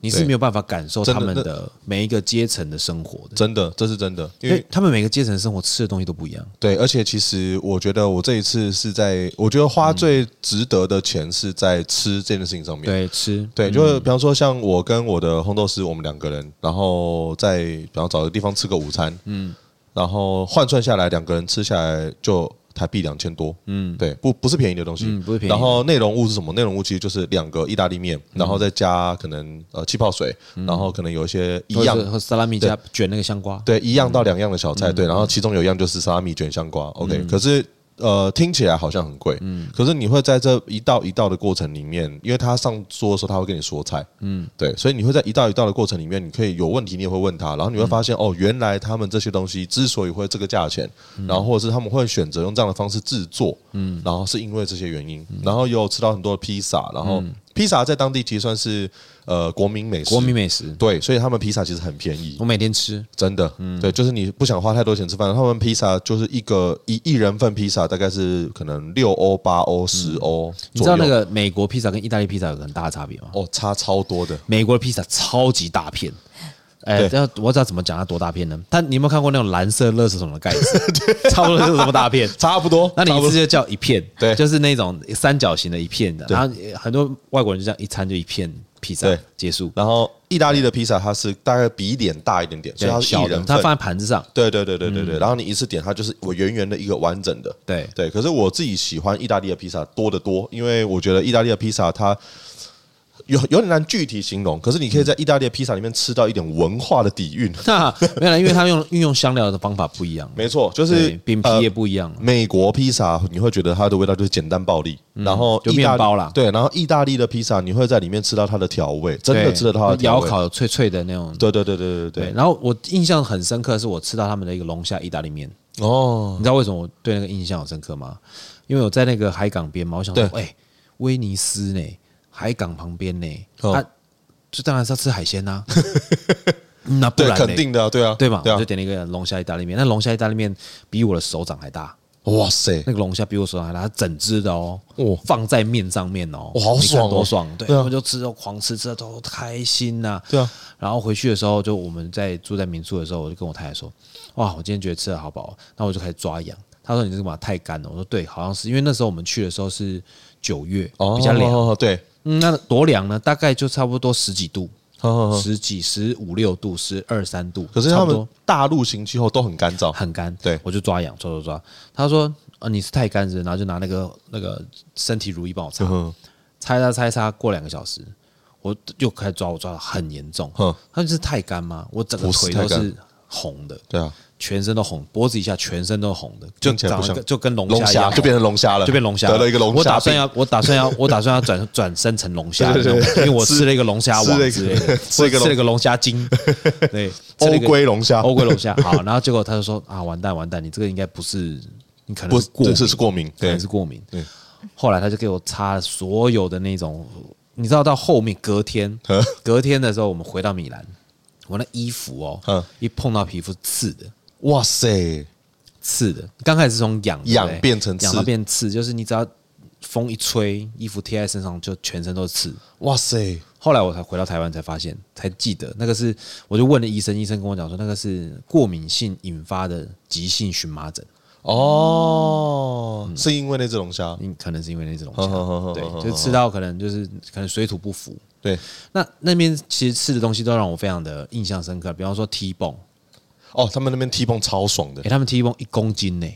你是对没有办法感受真他的们那的每一个阶层的生活的，真的，这是真的，因因为为他们每个阶层的生活吃的东西都不一样。对，而且其实我觉得我这一次是在，我觉得花最值得的钱是在吃这件事情上面。对，吃对，就是比方说，像我跟我的烘豆师，我们两个人，然后在比方找个地方吃个午餐，嗯，然后换算下来，两个人吃下来就台币两千多，嗯，对，不不是便宜的东西，嗯不是便宜的嗯然后内容物是什么？内容物其实就是两个意大利面，然后再加可能呃气泡水，然后可能有一些一或样者嗯是和萨拉米加卷那个香瓜，对，一样到两样的小菜，对，然后其中有一样就是沙拉米卷香瓜，OK，、可是。呃，听起来好像很贵，嗯，可是你会在这一道一道的过程里面，因为他上桌的时候他会跟你说菜，嗯，对，所以你会在一道一道的过程里面，你可以有问题你也会问他，然后你会发现、哦，原来他们这些东西之所以会这个价钱，然后或者是他们会选择用这样的方式制作，嗯，然后是因为这些原因，然后也有吃到很多的披萨，然后披萨在当地其实算是呃嗯国民美食，国民美食，对，所以他们披萨其实很便宜，我每天吃。真的，嗯对，就是你不想花太多钱吃饭，他们披萨就是一个一一人份披萨，大概是可能六欧、八欧、十欧嗯你知道左那右个美国披萨跟意大利披萨有个很大的差别吗？哦，差超多的，美国的披萨超级大片。哎、对这要我知道怎么讲它多大片呢？它你有没有看过那种蓝色垃圾桶的盖 子？差不多就是这么大片。差不多。那你差不一多次就叫一片，对就是那种三角形的一片的。对然后很多外国人就这样一餐就一片披萨对结束，然后意大利的披萨它是大概比脸大一点点，所以它是一小的人它份。放在盘子上， 对对对对对对，然后你一次点它就是我圆圆的一个完整的，对对，可是我自己喜欢意大利的披萨多得多，因为我觉得意大利的披萨它有有点难具体形容，可是嗯你可以在意大利的披萨里面吃到一点文化的底蕴。那没有啦，因为它用运用香料的方法不一样，没错，就对是饼皮呃也不一样。美国披萨你会觉得它的味道就是简单暴力，然后就意大利嗯面包啦对，然后意大利的披萨你会在里面吃到它的调味，真的对吃得到它的调窑味。烤有脆脆的那种。对对对对对对，然后我印象很深刻，是我吃到他们的一个龙虾意大利面。对，哦你，知道为什么我对那个印象很深刻吗？因为我在那个海港边嘛，我想说，哎、威尼斯呢，海港旁边呢，哦啊，就当然是要吃海鲜 呐、嗯那不对，然肯呢？定的啊，对啊，对嘛？对我啊就，点了一个龙虾意大利面，那龙虾意大利面比我的手掌还大，哇塞，那个龙虾比我手掌还大，它整只的哦，哦放在面上面哦，哇好你看爽哦多爽！对，对啊我们就吃，就狂吃，吃的都开心呐、对啊，然后回去的时候，就我们在住在民宿的时候，我就跟我太太说：“哇，我今天觉得吃的好饱。”哦那我就开始抓痒。她说：“你这个嘛太干哦了。”我说：“对，好像是因为那时候我们去的时候是九月，哦，比较凉。对，嗯，那多凉呢？大概就差不多十几度，好好好十几、十五六度、十二三度。哦可是差他不多们大陆型气候都很干燥，很干，对我就抓痒，抓抓抓。他说：“啊，你是太干是不是？”然后就拿那个那个身体乳液帮我擦，哼擦一擦擦一擦，过两个小时，我又开始抓，我抓的很严重。哼，他就是太干吗？我整个嗯不是腿都太干是红的，对啊，全身都红，脖子以下全身都红的，就听起来长不得像跟就跟龙龙虾一虾样，就变成龙虾了，就变龙虾，得了一个龙我打虾病，算要，我打算要， 我打算要转转身成龙虾的对那对种，对因为我吃了一个龙虾吃了一王个之类的， 吃了一个我龙吃了一个龙虾 精，对，吃了欧一个龟龙虾，欧龟龙虾。好，然后结果他就说啊，完蛋完蛋，你这个应该不是，你可能不是过是敏，是是过敏，可对能是，过敏对。后来他就给我擦所有的那种，你知道到后面隔天，隔天的时候我们回到米兰，我那衣服嗯哦，一碰到皮肤刺的。 哇塞，刺的，刚开始是从痒对不对痒变成刺痒到变刺，就是你只要风一吹，衣服贴在身上就全身都是刺。哇塞，后来我才回到台湾才发现，才记得那个是，我就问了医生，医生跟我讲说那个是过敏性引发的急性荨麻疹。哦，是因为那只龙虾，嗯，可能是因为那只龙好好好好虾，对好好，就吃到可能就是可能水土不服。对，那那边其实吃的东西都让我非常的印象深刻，比方说 T 泵，哦，他们那边踢蹦超爽的哎，。他们 T 泵一公斤呢、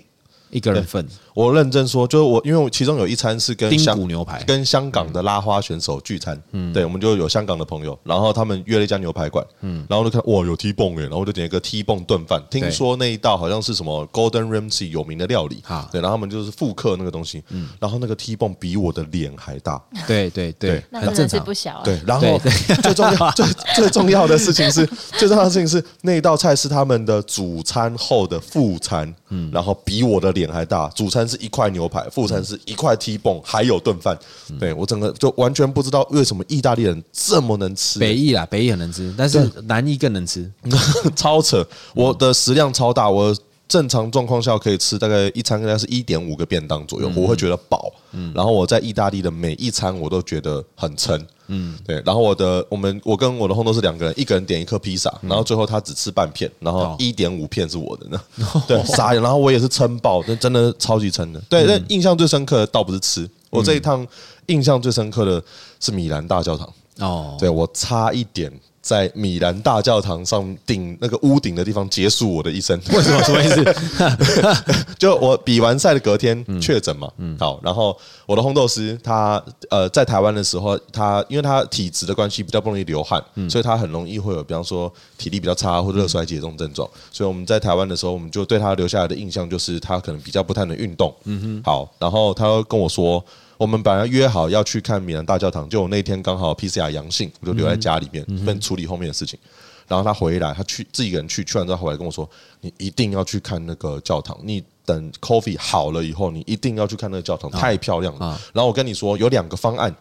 一个人份，我认真说，就是我，因为我其中有一餐是跟丁香骨牛排嗯跟香港的拉花选手聚餐，对，我们就有香港的朋友，然后他们约了一家牛排馆，嗯然后就看哇有 T 蹦哎，然后我就点一个 T 蹦炖饭，听说那一道好像是什么 Golden Ramsy 有名的料理哈，嗯对，然后他们就是复刻那个东西，然后那个 T 蹦比我的脸还大，对对对，那很真正的是常不。小啊。对，然后 最重 要最最重要的事情是，最重要的事情是那一道菜是他们的主餐后的副餐，嗯，然后比我的脸还大。主餐是一块牛排，副餐是一块 T 蹦，还有炖饭。对我整个就完全不知道为什么意大利人这么能吃，北意啦，北意很能吃，但是南意更能吃。 超扯！我的食量超大，我正常状况下可以吃大概一餐，大概是一点五个便当左右，我会觉得饱。然后我在意大利的每一餐我都觉得很撑。嗯，对。然后我的我们我跟我的烘豆是两个人，一个人点一颗披萨，然后最后他只吃半片，然后哦一点五片是我的呢。对，傻眼。然后我也是撑爆，真真的超级撑的。对，但印象最深刻的倒不是吃，我这一趟印象最深刻的是米兰大教堂。哦，对我差一点在米兰大教堂上顶那个屋顶的地方结束我的一生。为什么？什么意思？就我比完赛的隔天确诊嘛，好，然后我的烘豆师他呃在台湾的时候，他因为他体质的关系比较不容易流汗，所以他很容易会有比方说体力比较差或者热衰竭这种症状。所以我们在台湾的时候，我们就对他留下来的印象就是他可能比较不太能运动。嗯哼，好，然后他跟我说。我们本来约好要去看米兰大教堂，就我那天刚好 PCR 阳性，我就留在家里面，便处理后面的事情。然后他回来，他去自己一个人去，去完之后回来跟我说：“你一定要去看那个教堂，你等 coffee 好了以后，你一定要去看那个教堂，太漂亮了。啊然后我跟你说，有两个方案。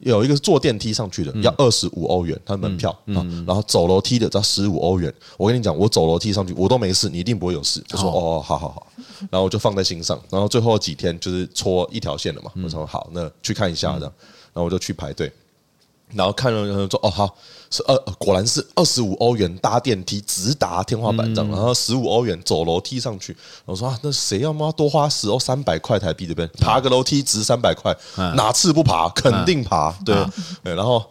有一个是坐电梯上去嗯的，要二十五欧元，它的门票啊，然后走楼梯的只要十五欧元。我跟你讲，我走楼梯上去，我都没事，你一定不会有事。我说哦，好好好，然后我就放在心上。然后最后几天就是戳一条线了嘛，我嗯说好，那去看一下这样，然后我就去排队。然后看了然后说哦好是二、呃果然是二十五欧元搭电梯直达天花板这嗯样，然后十五欧元走楼梯上去。我说啊，那谁要妈多花十欧三百块台币对不嗯对？爬个楼梯值三百块，哪次不爬？肯定爬，嗯 对对。然后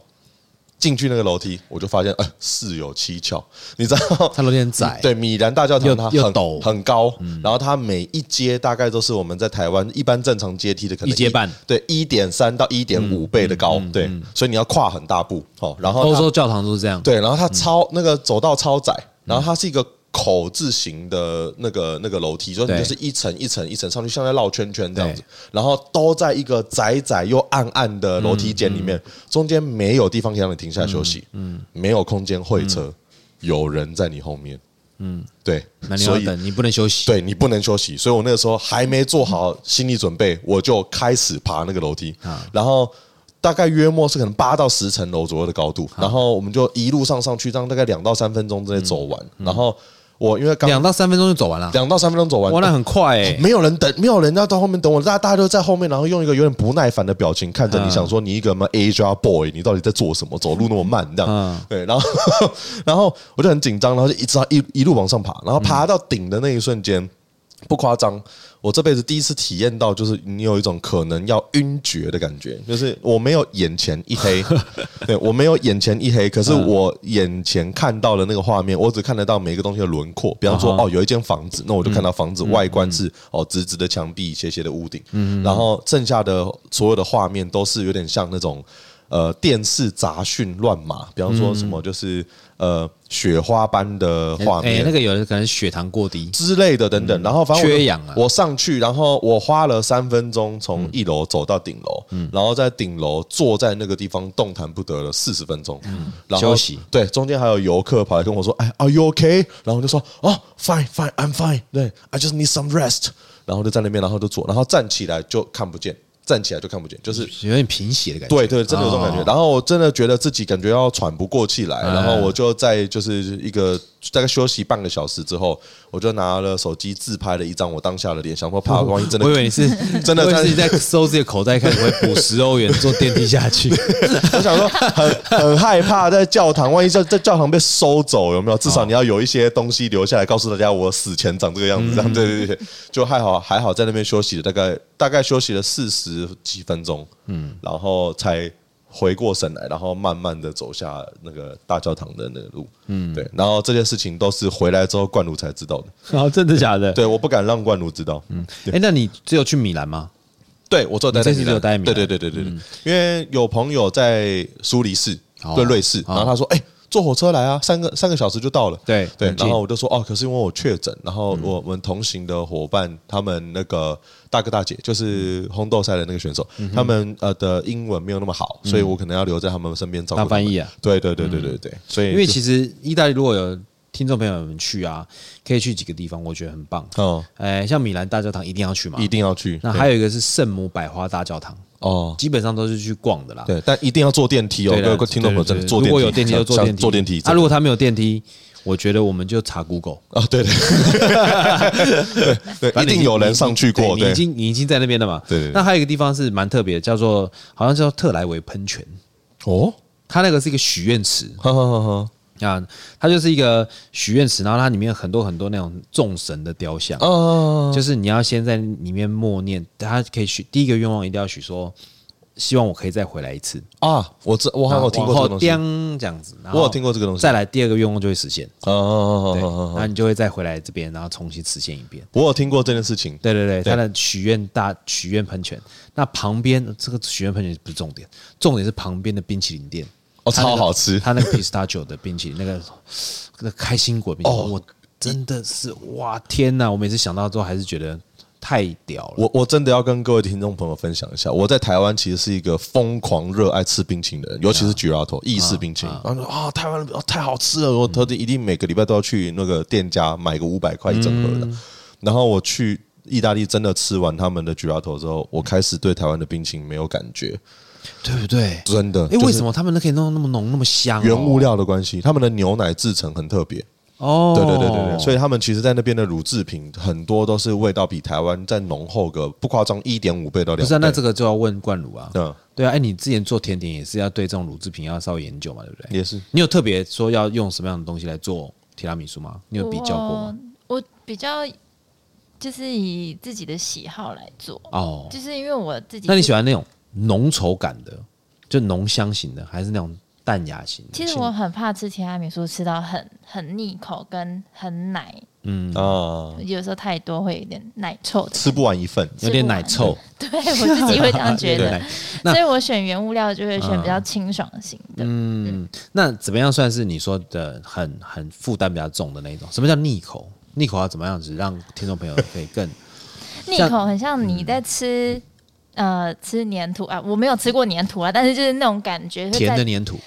进去那个楼梯，我就发现呃事有蹊跷，你知道它楼梯很窄 对米兰大教堂又它又很陡嗯很高，然后它每一阶大概都是我们在台湾一般正常阶梯的可能一阶半对一点三到一点嗯五倍的高，对，所以你要跨很大步哦。然后它欧洲教堂都是这样。对，然后它嗯超那个走道超窄，然后它是一个口字形的那个那个楼梯，所以你对就是一层一层一层上去，像在绕圈圈这样子对，然后都在一个窄窄又暗暗的楼梯间里嗯面，中间没有地方可以让你停下来休息，嗯，没有空间会车，嗯有人在你后面，嗯，对，那你要所以等，你不能休息。对你不能休息，所以我那个时候还没做好心理准备，我就开始爬那个楼梯，啊然后大概约莫是可能八到十层楼左右的高啊度，然后我们就一路上上去，这样大概两到三分钟之内走完。然后我因为刚嗯两到三分钟就走完了。两到三分钟走完，哇，那很快哎、没有人等，没有人要到后面等我，大家大家都在后面，然后用一个有点不耐烦的表情看着你，嗯想说你一个什么 Asia boy，你到底在做什么？走路那么慢，这样、嗯 对，然后然后我就很紧张，然后就一直一一路往上爬，嗯然后爬到顶的那一瞬间，不夸张。我这辈子第一次体验到，就是你有一种可能要晕厥的感觉，就是我没有眼前一 黑，对我没有眼前一黑，可是我眼前看到的那个画面，我只看得到每一个东西的轮廓，比方说啊哈嗯哦，有一间房子，那我就看到房子外观是哦直直的墙壁、斜斜的屋顶，然后剩下的所有的画面都是有点像那种呃电视杂讯乱码，比方说嗯什么就是呃雪花般的画哎、面，那个有人可能血糖过低，之类的等等，然后反正我就嗯缺氧啊我上去，然后我花了三分钟从一楼走到顶楼，嗯然后在顶楼坐在那个地方动弹不得了四十分钟，然后嗯休息。对，中间还有游客跑来跟我说：“哎，Are you okay？” 然后我就说：“哦，Fine, fine, I'm fine。”对，I just need some rest。然后就在那边，然后就坐，然后站起来就看不见，站起来就看不见，就是有点贫血的感觉。对对，真的有这种感觉。哦嗯然后我真的觉得自己感觉要喘不过气来，然后我就在就是一个大概休息半个小时之后，我就拿了手机自拍了一张我当下的脸，想说怕万一真的哦我以为你是真的我以为但是是你在搜自己的口袋，看有没有补十欧元坐电梯下 去。我想说很很害怕，在教堂，万一在在教堂被收走，有没有？至少你要有一些东西留下来，告诉大家我死前长这个样子。这样对对对，对就还好还好，在那边休息了大概大概休息了四十几分钟，嗯，然后才回过神来，然后慢慢的走下那个大教堂的那个路，嗯，对。然后这件事情都是回来之后冠儒才知哦道的，然后真的假的？对，我不敢让冠儒知道，嗯，哎、那你只有去米兰吗？对我做待在你这次米兰只有待在米兰嗯对对对对对对，因为有朋友在苏黎世，哦对瑞士，然后他说，哎、坐火车来啊，三个三个小时就到了。对对，很近嗯然后我就说，哦，可是因为我确诊，然后我们同行的伙伴，他们那个大哥大姐，就是红豆赛的那个选手，嗯他们呃的英文没有那么好，所以我可能要留在他们身边照顾当翻译啊嗯他们对对对对对对，所以因为就其实意大利如果有听众朋友们去啊，可以去几个地方，我觉得很棒。哦，哎、像米兰大教堂一定要去嘛一。定要去。啊那对还有一个是圣母百花大教堂，哦。基本上都是去逛的啦。对，但一定要坐电梯哦，对啦啊各位听众朋友真的对对对坐电梯，如果有电梯就坐像电梯，坐电梯。啊，如果他没有电梯，我觉得我们就查 Google，啊，对对，对对，反一正定你有人你上去对过，你对已，经你已经在那边了嘛。对对对那还有一个地方是蛮特别的，叫做好像叫特莱维喷泉，哦，它那个是一个许愿池，哈哈哈啊，它就是一个许愿池，然后它里面有很多很多那种众神的雕像，哈，啊，就是你要先在里面默念，它可以许第一个愿望一定要许说，希望我可以再回来一次。啊，我知我好像有听过这个东西，啊叮这样子，然我有后听过这个东西再来第二个愿望就会实现，啊啊对，啊啊啊啊！那你就会再回来这边，然后重新实现一遍。我有听过这件事情，对对对，对它的许愿大许愿喷泉，那旁边这个许愿喷泉不是重点，重点是旁边的冰淇淋店，哦，它那超个好吃，它那个 pistachio 的冰淇淋，那个那个开心果冰淇淋，哦我真的是哇天哪！我每次想到之后还是觉得太屌了。我我真的要跟各位听众朋友分享一下，我在台湾其实是一个疯狂热爱吃冰淇淋的人，尤啊其是 gelato 意式冰淇淋。然后说啊，台湾的、哦、太好吃了，我特地一定每个礼拜都要去那个店家买个五百块一整盒嗯的。然后我去意大利真的吃完他们的 gelato 之后，我开始对台湾的冰淇淋没有感觉，对不对？真的。哎、就是为什么他们都可以弄得那么浓、那么香、原物料的关系，他们的牛奶制成很特别。哦，对对对对对，所以以他们其实，在那边的乳制品很多都是味道比台湾再浓厚个不夸张一点五倍到不两倍。是、啊、那这个就要问冠儒啊。嗯对啊，哎，你之前做甜点也是要对这种乳制品要稍微研究嘛，对不对？也是你有特别说要用什么样的东西来做提拉米苏吗？你有比较过吗？我？我比较就是以自己的喜好来做，哦，就是因为我自己。那你喜？欢那种浓稠感的，就浓香型的，还是那种淡雅型的？其实我很怕吃提拉米苏，吃到很很腻口跟很奶，嗯啊，有时候太多会有点奶臭的。吃不完一份。有点奶吃不臭完，对我自己会这样 觉对得，那嗯所以我选原物料就会选比较清爽型的。那怎么样算是你说的很很负担比较重的那一种？什么叫腻口？腻口要怎么样子让听众朋友可以更腻口很像嗯你在吃、呃吃粘土啊，我没有吃过粘土啊，但是就是 那种感觉会甜的在，粘土？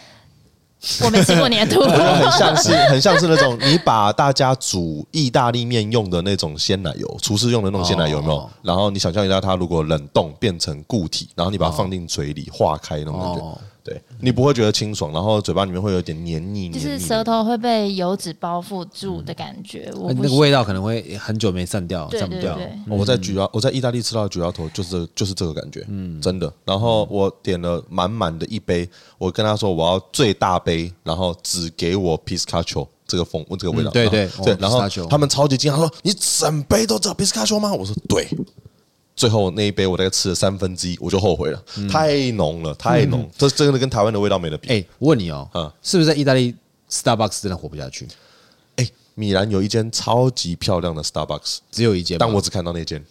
我没吃过 粘土，就很像是，很像是那种你把大家煮意大利面用的那种鲜奶油，厨师用的那种鲜奶油，有没有哦？然后你想象一下，它如果冷冻变成固体，然后你把它放进嘴里化开那种感觉哦，对你不会觉得清爽，然后嘴巴里面会有点黏腻， 就黏是腻的舌头会被油脂包覆住的感觉。我不嗯哎那个喜味道可能会很久没散掉，对散不掉。对对我在嗯举啊，我在意大利吃到的举摇头就是这就是这个感觉，嗯，真的。然后我点了满满的一杯，我跟他说我要最大杯，然后只给我 piscacho 这个风这个味道。嗯对对然后对哦，然后 pistachio 他们超级惊讶，他说你整杯都只有 piscacho 吗？我说对。最后那一杯我大概吃了三分之一，我就后悔了，嗯太浓了，太浓，这真的跟台湾的味道没得比。哎、我问你哦、嗯是不是在意大利 Starbucks 真的活不下去？哎，米兰有一间超级漂亮的 Starbucks，只有一间吗，但我只看到那间。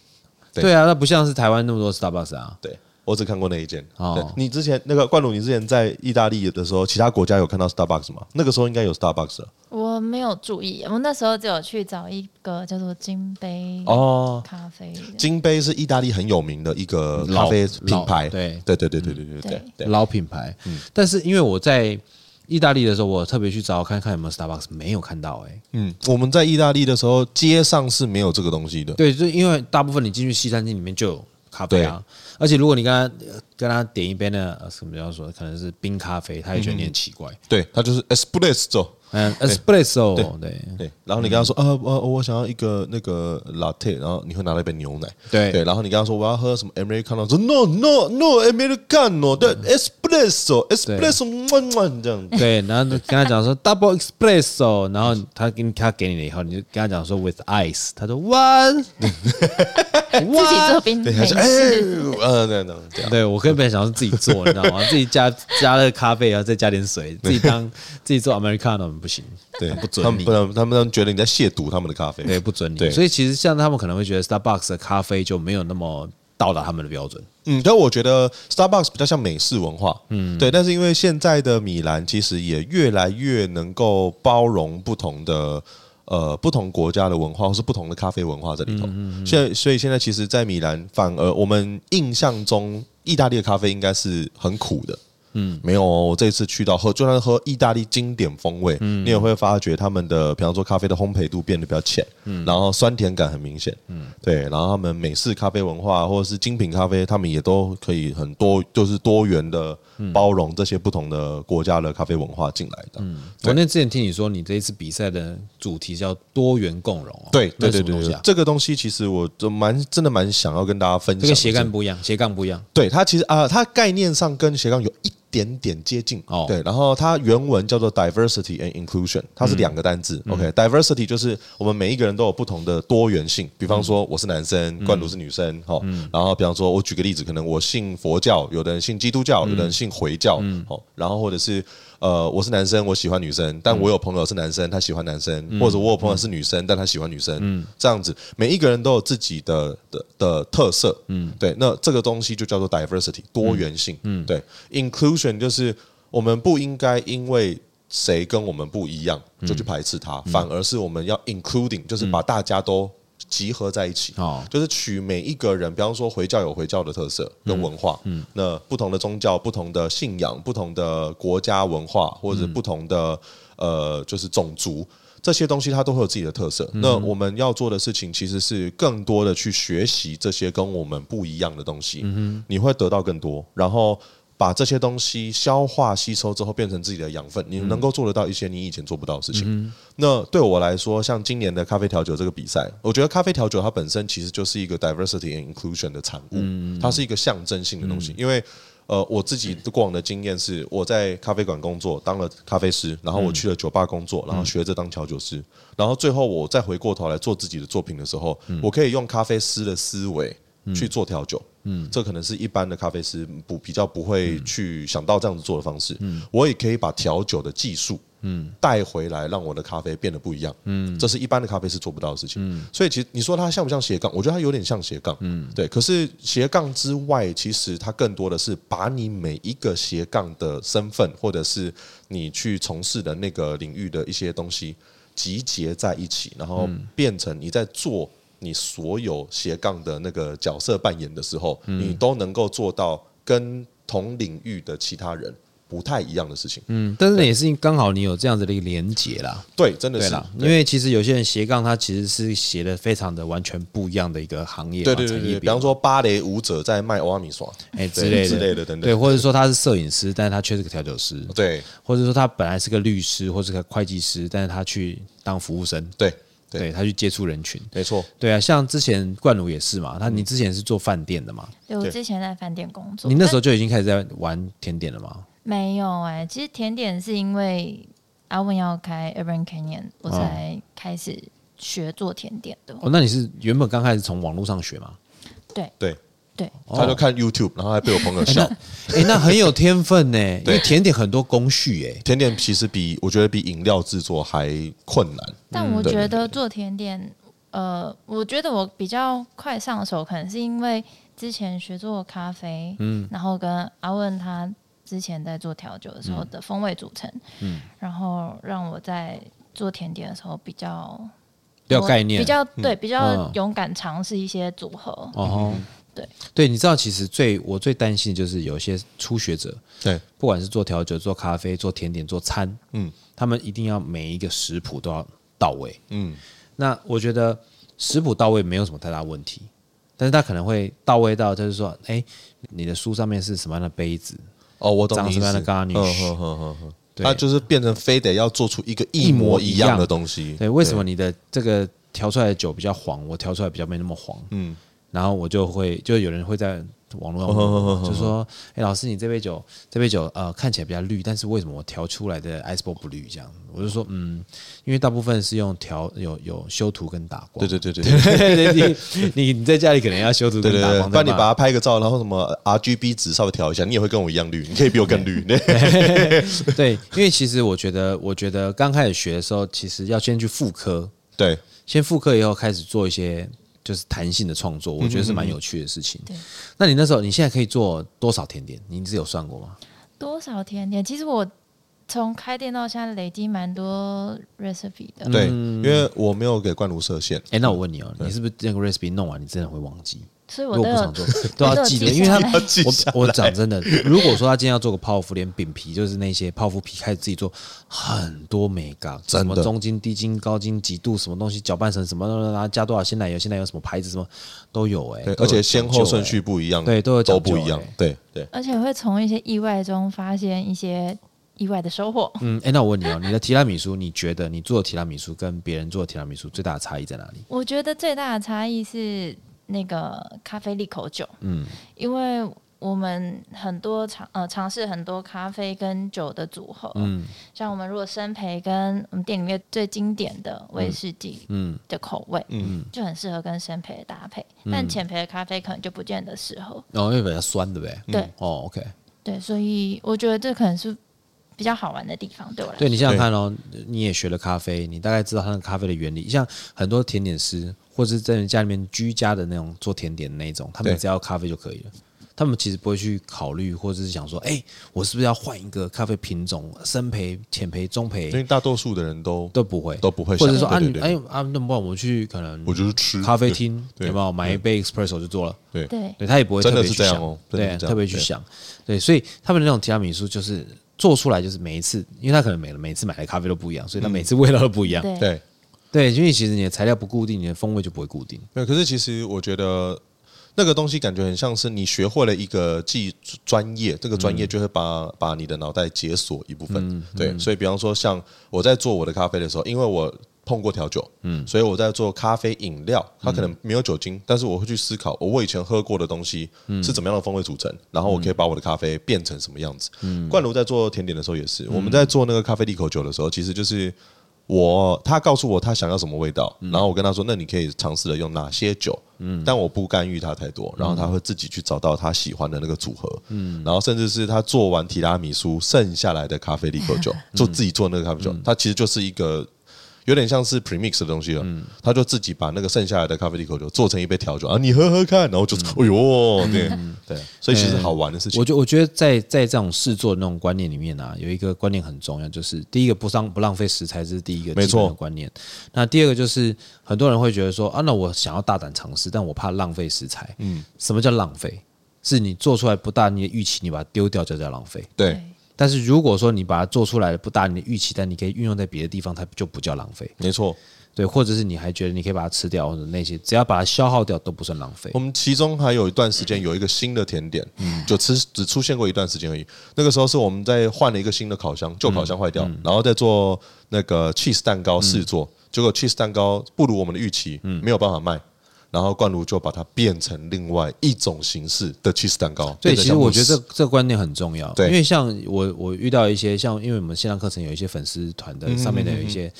对对啊，那不像是台湾那么多 Starbucks 啊。对我只看过那一间。哦对你之前那个冠儒，你之前在意大利的时候，其他国家有看到 Starbucks 吗？那个时候应该有 Starbucks 了。我没有注意，我那时候只有去找一个叫做金杯哦，咖啡的。金杯是意大利很有名的一个咖啡品牌。老对对对对对对对对对对。老品牌。嗯但是因为我在意大利的时候，我特别去找看看有没有 Starbucks，没有看到哎、嗯，我们在意大利的时候，街上是没有这个东西的。对，就因为大部分你进去西餐厅里面就有咖啡啊，而且如果你跟他呃跟他嗯点一杯呢，呃什么叫说可能是冰咖啡，他也觉得你很奇怪。对，它就是 espresso。嗯，espresso，对对对，然后你跟他说，嗯啊，我我想要一个那个 latte，然后你会拿到一杯牛奶，对对，然后你跟他说我要喝什么 americano，他说 no no no americano，对，espresso espresso，慢慢这样子，对，然后就跟他讲说 double espresso，然后他给你他给你了以后，你就跟他讲说 with ice，他说 one 自己 one，做冰对，美他式说，哎，呃，这样这样这样，对我根本想是自己做，你知道吗？自己加加了咖啡，然后再加点水，自己 当自己做 americano 不行，对，不准他们你不能，他们觉得你在亵渎他们的咖啡，对，不准你。对所以其实像他们可能会觉得 Starbucks 的咖啡就没有那么到达他们的标准。嗯，但我觉得 Starbucks 比较像美式文化，嗯，对。但是因为现在的米兰其实也越来越能够包容不同的呃不同国家的文化，或是不同的咖啡文化这里头。嗯现在所以现在其实，在米兰反而我们印象中意大利的咖啡应该是很苦的。嗯，没有哦，我这次去到喝，就算是喝意大利经典风味，嗯你也会发觉他们的，比方说咖啡的烘焙度变得比较浅，嗯然后酸甜感很明显，对，然后他们美式咖啡文化或者是精品咖啡，他们也都可以很多，就是多元的嗯包容这些不同的国家的咖啡文化进来的。对我那之前听你说，你这一次比赛的主题叫多元共荣、哦，对对那是什对么对东西对啊，这个东西其实我就蛮真的蛮想要跟大家分享的。这跟斜杠不一样，斜杠不一样。对它其实啊、它概念上跟斜杠有一点点接近哦对，然后它原文叫做 diversity and inclusion，它是两个单字。OK，diversity、就是我们每一个人都有不同的多元性，比方说我是男生，冠儒是女生，好、然后比方说我举个例子，可能我信佛教，有的人信基督教，有的人信回教，好，然后或者是。呃，我是男生，我喜欢女生，但我有朋友是男生，他喜欢男生，或者我有朋友是女生，但他喜欢女生，这样子，每一个人都有自己的的的特色，嗯，对，那这个东西就叫做 diversity 多元性，嗯，对，inclusion 就是我们不应该因为谁跟我们不一样就去排斥他，反而是我们要 including，就是把大家都集合在一起，哦，就是取每一个人，比方说回教有回教的特色跟文化，嗯，那不同的宗教、不同的信仰、不同的国家文化，或者不同的、呃，就是种族。这些东西它都会有自己的特色。那我们要做的事情其实是更多的去学习这些跟我们不一样的东西，你会得到更多，然后把这些东西消化吸收之后变成自己的养分，你能够做得到一些你以前做不到的事情。那对我来说，像今年的咖啡调酒这个比赛，我觉得咖啡调酒它本身其实就是一个 diversity and inclusion 的产物，它是一个象征性的东西。因为呃，我自己过往的经验是，我在咖啡馆工作，当了咖啡师，然后我去了酒吧工作，然后学着当调酒师，然后最后我再回过头来做自己的作品的时候，我可以用咖啡师的思维去做调酒。嗯，这可能是一般的咖啡师不比较不会去想到这样子做的方式。嗯，我也可以把调酒的技术，嗯，带回来，让我的咖啡变得不一样。嗯，这是一般的咖啡师做不到的事情。嗯，所以其实你说它像不像斜杠？我觉得它有点像斜杠。嗯，对。可是斜杠之外，其实它更多的是把你每一个斜杠的身份，或者是你去从事的那个领域的一些东西集结在一起，然后变成你在做你所有斜杠的那个角色扮演的时候，你都能够做到跟同领域的其他人不太一样的事情。嗯，但是也是刚好你有这样子的一个连结啦，对，真的对是啦，因为其实有些人斜杠，他其实是斜的非常的完全不一样的一个行业嘛，对对对产对，业对比别方说芭蕾舞者在卖欧阿米耍，哎对之类的之类的等等对，或者说他是摄影师，但是他却是个调酒师，对或者说他本来是个律师或是个会计师，但是他去当服务生，对对对他去接触人群，没错，对啊，像之前冠儒也是嘛，他你之前是做饭店的嘛，对我对之前在饭店工作，你那但时候就已经开始在玩甜点了嘛？没有哎、其实甜点是因为阿文要开 Urban Canyon，我嗯才开始学做甜点的。哦，那你是原本刚开始从网络上学嘛？对，对，他就看 YouTube，然后还被我朋友笑。哎、那很有天分呢，因为甜点很多工序哎、甜点其实比我觉得比饮料制作还困难，但我对觉得做甜点，呃，我觉得我比较快上手，可能是因为之前学做咖啡，嗯，然后跟阿文他之前在做调酒的时候的风味组成，嗯，然后让我在做甜点的时候比较要有概念比较对，比较嗯勇敢尝试一些组合，哦吼，对对，你知道其实最我最担心的就是有一些初学者，对不管是做调酒、做咖啡、做甜点、做餐，嗯嗯，他们一定要每一个食谱都要到位。嗯，那我觉得食谱到位没有什么太大问题，但是他可能会到位到就是说，哎、你的书上面是什么样的杯子，哦，我懂长你意什么样的思。 garnish，、嗯哼哼哼哼，对他就是变成非得要做出一个一模一样的东西。对，为什么你的这个调出来的酒比较黄，我调出来比较没那么黄？嗯，哦然后我就会，就有人会在网络上问我就说：“哎、老师，你这杯酒，这杯酒呃看起来比较绿，但是为什么我调出来的 ice ball 不绿？”这样，我就说：“嗯，因为大部分是用调有有修图跟打光。对”对对对对对 你你你在家里可能要修图对跟对打 对，光，不然你再把它拍个照，然后什么 R G B 值稍微调一下，你也会跟我一样绿，你可以比我更绿。对对，因为其实我觉得，我觉得刚开始学的时候，其实要先去复刻， 对先复刻以后开始做一些就是弹性的创作，我觉得是蛮有趣的事情。对那你那时候你现在可以做多少甜点？你自己有算过吗？多少甜点？其实我从开店到现在累积蛮多 recipe 的，对，因为我没有给冠如设限，哎、那我问你哦、你是不是那个 recipe 弄完你真的会忘记？所以如我果都不 有想做，都 要记得，因为他我都有记下来我我讲真的，如果说他今天要做个泡芙，连饼皮就是那些泡芙皮开始自己做，很多美感，真的什么中筋、低筋、高筋、几度什么东西，搅拌成什么，然后加多少鲜奶油，鲜奶油什么牌子什么都有哎、对，都而有且先讲后究顺欸序不一样，对都有都讲究不一样欸。对对，而且会从一些意外中发现一些意外的收获。嗯，哎、那我问你哦、你的提拉米苏，你觉得你做的提拉米苏跟别人做的提拉米苏最大的差异在哪里？我觉得最大的差异是那个咖啡利口酒，嗯，因为我们很多尝呃尝试很多咖啡跟酒的组合，嗯，像我们如果生培跟我们店里面最经典的威士忌，嗯的口味，嗯，就很适合跟生培的搭配，但浅培的咖啡可能就不见得适合，哦，因为比较酸，对不对？对哦，OK，对，所以我觉得这可能是比较好玩的地方，对我来说对，你想想看哦，你也学了咖啡，你大概知道它的咖啡的原理。像很多甜点师，或是在家里面居家的那种做甜点的那种，他们对只要咖啡就可以了。他们其实不会去考虑，或者是想说，哎、我是不是要换一个咖啡品种，深培、浅培、中因为培大多数的人都，都不会，都不会或者是说想啊，对你对哎对啊，那不然我去可能我就是吃咖啡厅对有没有买一杯 espresso 就做了。对对对他也不会真的特别是去这样想哦真的对，是这样特别去对想，对，所以他们那种提拉米苏就是做出来就是每一次，因为他可能每每次买的咖啡都不一样，嗯所以他每次味道都不一样，对对，对，因为其实你的材料不固定，你的风味就不会固定，没有，可是其实我觉得那个东西感觉很像是你学会了一个技专业，这个专业就会把、把你的脑袋解锁一部分。对，所以比方说像我在做我的咖啡的时候，因为我。碰过调酒，嗯，所以我在做咖啡饮料，它可能没有酒精，但是我会去思考，我以前喝过的东西是怎么样的风味组成，然后我可以把我的咖啡变成什么样子。冠如在做甜点的时候也是，我们在做那个咖啡利口酒的时候，其实就是我他告诉我他想要什么味道，然后我跟他说，那你可以尝试的用哪些酒，但我不干预他太多，然后他会自己去找到他喜欢的那个组合，然后甚至是他做完提拉米苏剩下来的咖啡利口酒，就自己做那个咖啡酒，它其实就是一个。有点像是 premix 的东西了，他就自己把那个剩下来的咖啡利口酒做成一杯调酒啊，你喝喝看，然后就，哎呦，对对，所以其实好玩的事情我，觉我觉得在在这种试做的那种观念里面啊，有一个观念很重要，就是第一个不浪不浪费食材，这是第一个没基本的错观念。那第二个就是很多人会觉得说啊，那我想要大胆尝试，但我怕浪费食材。嗯，什么叫浪费？是你做出来不大你的预期，你把它丢掉就叫浪费。对，但是如果说你把它做出来的不大你的预期，但你可以运用在别的地方，它就不叫浪费。没错，对，或者是你还觉得你可以把它吃掉或者那些，只要把它消耗掉都不算浪费我。们其中还有一段时间有一个新的甜点，嗯就吃只出现过一段时间而已。那个时候是我们在换了一个新的烤箱，旧烤箱嗯坏掉，然后再做那个 cheese 蛋糕试做，结果 cheese 蛋糕不如我们的预期，嗯没有办法卖。然后冠如就把它变成另外一种形式的 cheese 蛋糕。所以变成其实我觉得像这这个观念很重要，对因为像我我遇到一些像，因为我们线上课程有一些粉丝团的上嗯面的有一些，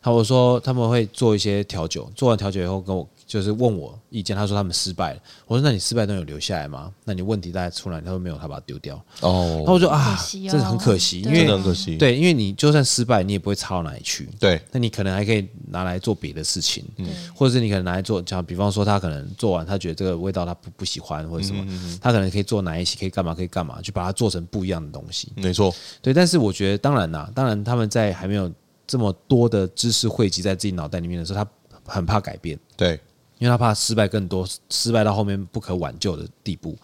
他们说他们会做一些调酒，做完调酒以后跟我就是问我意见，他说他们失败了，我说那你失败都有留下来吗？那你问题大概出来，他说没有，他把它丢掉，然后哦，我就啊可，惜哦真的很可惜，因对为真的很可惜。对，因为你就算失败，你也不会差到哪里去。对那你可能还可以拿来做别的事情，嗯对或者是你可能拿来做，像比方说他可能做完，他觉得这个味道他不不喜欢或者嗯什么，他可能可以做哪一些，可以干嘛可以干嘛，去把它做成不一样的东西。没错，对，但是我觉得当然啦，当然他们在还没有这么多的知识汇集在自己脑袋里面的时候，他很怕改变。对因为他怕失败更多，失败到后面不可挽救的地步。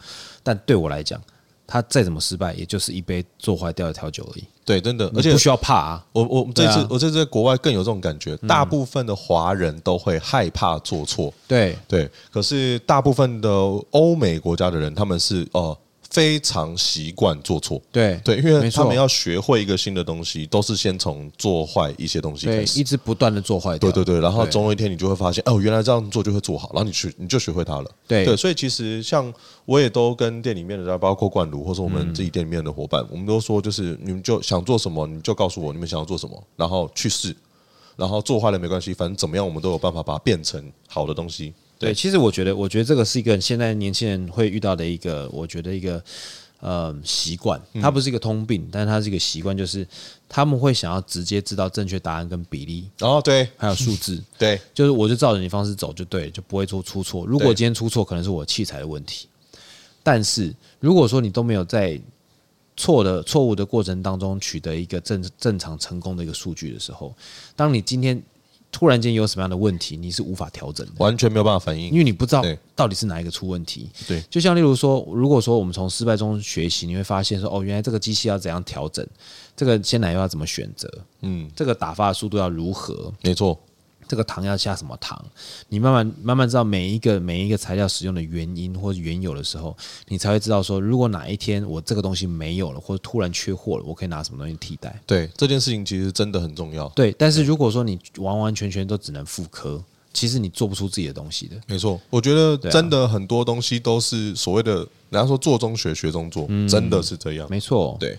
但对我来讲，他再怎么失败，也就是一杯做坏掉的调酒而已，对，真的，而且不需要怕啊。我我这次、对啊嗯我这次在国外更有这种感觉，大部分的华人都会害怕做错。对，对，可是大部分的欧美国家的人，他们是哦、呃非常习惯做错。对对，因为没他错们要学会一个新的东西，都是先从做坏一些东西对开一始。直不断的做坏掉，对对对，然后对总有一天你就会发现，哦，原来这样做就会做好，然后你去你就学会它了。对对，所以其实像我也都跟店里面的人，包括冠儒或者我嗯们自己店里面的伙伴，我们都说，就是你们就想做什么，你们就告诉我你们想要做什么，然后去试，然后做坏了没关系，反正怎么样我们都有办法把它变成好的东西。对，其实我觉得，我觉得这个是一个现在年轻人会遇到的一个，我觉得一个呃习惯，嗯它不是一个通病，但是它是一个习惯，就是他们会想要直接知道正确答案跟比例，然后哦对还有 数字，对，就是我就照着你方式走就对了，就不会出出错。如果对今天出错，可能是我器材的问题，但是如果说你都没有在错的错误的过程当中取得一个正正常成功的一个数据的时候，当你今天突然间有什么样的问题，你是无法调整的。完全没有办法反应因。为你不知道对到底是哪一个出问题。对就像例如说，如果说我们从失败中学习，你会发现说，哦，原来这个机器要怎样调整，这个鲜奶油要怎么选择，嗯，这个打发的速度要如何，没错，这个糖要下什么糖，你慢慢慢慢知道每一个每一个材料使用的原因或者缘由的时候，你才会知道说，如果哪一天我这个东西没有了，或者突然缺货了，我可以拿什么东西替代。对这件事情其实真的很重要。对，但是如果说你完完全全都只能复刻，其实你做不出自己的东西的。没错，我觉得对啊真的很多东西都是所谓的，人家说做中学，学中做，真的是这样。嗯没错，对，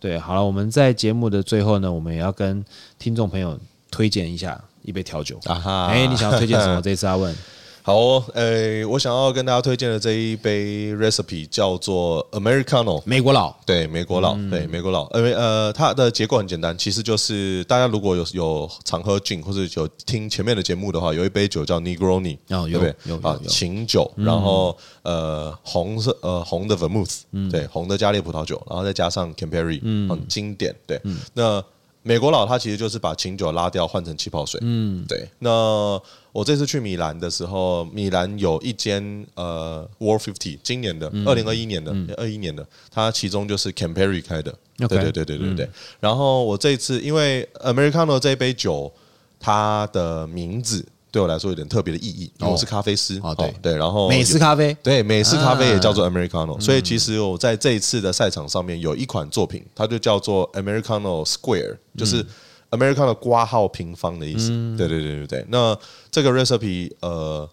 对，好了，我们在节目的最后呢，我们也要跟听众朋友推荐一下一杯调酒。啊哈哎、你想要推荐什么？这一次阿 问，好、哦，呃，我想要跟大家推荐的这一杯 recipe 叫做 Americano。美国佬，嗯对美国佬，对美国佬，因为呃，它的结构很简单，其实就是大家如果有有常喝酒或者有听前面的节目的话，有一杯酒叫 Negroni，哦对有不对？有有啊，有嗯琴酒，然后呃红色呃红的 Vermouth，对嗯红的加烈葡萄酒，然后再加上 Campari，很经典。对，嗯那美国佬它其实就是把琴酒拉掉换成气泡水，嗯，对。那我这次去米兰的时候，米兰有一间呃 War Fifty，今年嗯的二零二一年的二一年的，它其中就是 Campari 开的，对 OK 对对对对对。然后我这一次因为 Americano 这一杯酒，它的名字对我来说有点特别的意义，因为我是咖啡师哦对对，然后美式咖啡，对，美式咖啡也啊叫做 Americano，、所以其实我在这一次的赛场上面有一款作品，它就叫做 Americano Square，就是 Americano 挂号平方的意思。对对对对对。那这个 recipe 呃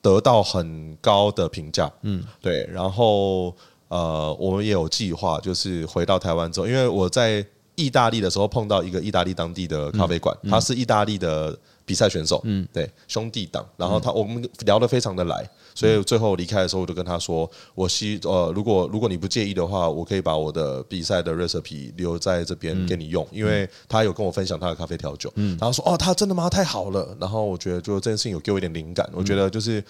得到很高的评价，嗯，对。然后呃，我们也有计划，就是回到台湾之后，因为我在意大利的时候碰到一个意大利当地的咖啡馆，他是意大利的比赛选手，嗯，对，兄弟党。然后他、我们聊得非常的来，所以最后离开的时候，我就跟他说，我希呃，如果如果你不介意的话，我可以把我的比赛的 recipe 留在这边给你用，因为他有跟我分享他的咖啡调酒，嗯，然后说哦，他真的吗？太好了。然后我觉得就这件事情有给我一点灵感，我觉得就是。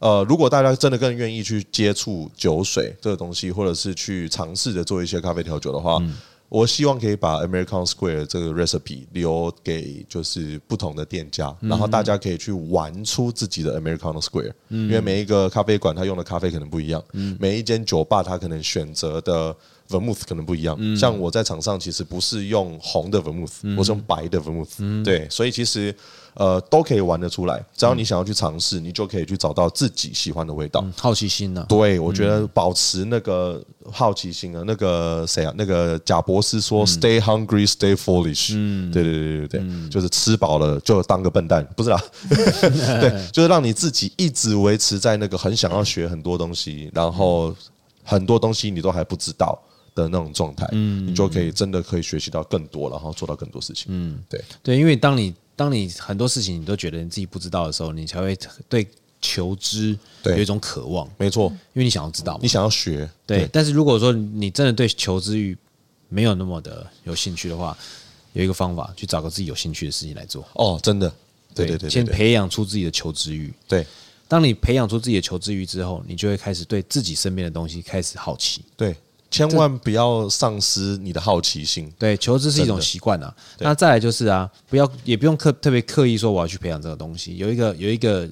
呃，如果大家真的更愿意去接触酒水这个东西，或者是去尝试着做一些咖啡调酒的话，我希望可以把 American Square 这个 recipe 留给就是不同的店家，然后大家可以去玩出自己的 American Square，、因为每一个咖啡馆它用的咖啡可能不一样，每一间酒吧它可能选择的 vermouth 可能不一样。像我在场上其实不是用红的 vermouth，、我是用白的 vermouth，、对，所以其实呃都可以玩得出来，只要你想要去尝试，你就可以去找到自己喜欢的味道。嗯好奇心呢、对，我觉得保持那个好奇心啊，那个谁啊，那个贾博士说、s t a y hungry, stay foolish。”嗯，对对对对对，就是吃饱了就当个笨蛋，不是啦，对，就是让你自己一直维持在那个很想要学很多东西，然后很多东西你都还不知道的那种状态，嗯，你就可以真的可以学习到更多，然后做到更多事情。嗯，对，对，因为当你当你很多事情你都觉得你自己不知道的时候，你才会对求知对有一种渴望，没错，因为你想要知道嘛你。想要学，对，但是如果说你真的对求知欲没有那么的有兴趣的话，有一个方法，去找个自己有兴趣的事情来做。哦，真的，对对对，对先对培养出自己的求知欲。对。当你培养出自己的求知欲之后，你就会开始对自己身边的东西开始好奇。对，千万不要丧失你的好奇心。对，求知是一种习惯啊。那再来就是啊，不要也不用刻特别刻意说我要去培养这个东西。有一个有一个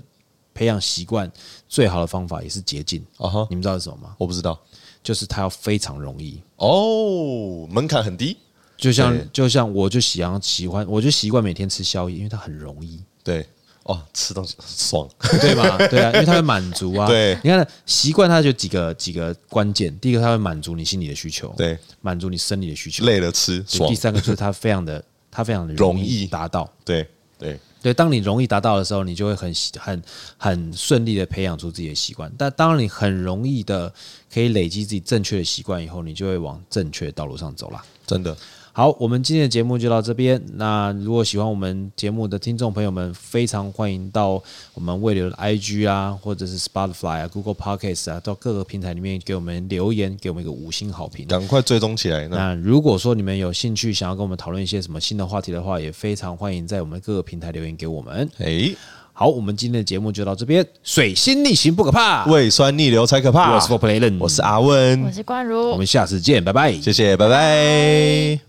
培养习惯最好的方法也是捷径，啊哈，你们知道是什么吗？我不知道就是它要非常容易。哦，门槛很低。就像对 就像我就喜欢喜欢，我就习惯每天吃宵夜，因为它很容易。对，哦，吃东西爽，对嘛？对啊，因为它会满足啊。对你看习惯它就几个几个关键，第一个它会满足你心理的需求，， 对，满足你生理的需求，累了吃对爽第，三个就是它非常的，它非常的容易易达到。对对，对，当你容易达到的时候，你就会很习很很顺利的培养出自己的习惯。但当你很容易的可以累积自己正确的习惯以后，你就会往正确的道路上走啦。真的好，我们今天的节目就到这边。那如果喜欢我们节目的听众朋友们，非常欢迎到我们未流的 IG 啊，或者是 Spotify 啊、Google Podcasts 啊，到各个平台里面给我们留言，给我们一个五星好评。赶快追踪起来。那那如果说你们有兴趣想要跟我们讨论一些什么新的话题的话，也非常欢迎在我们各个平台留言给我们。哎，好，我们今天的节目就到这边。水星逆行不可怕，胃酸逆流才可怕。啊我是 For Playen，我是阿我文，是冠如，我们下次见，拜拜。谢谢，拜拜。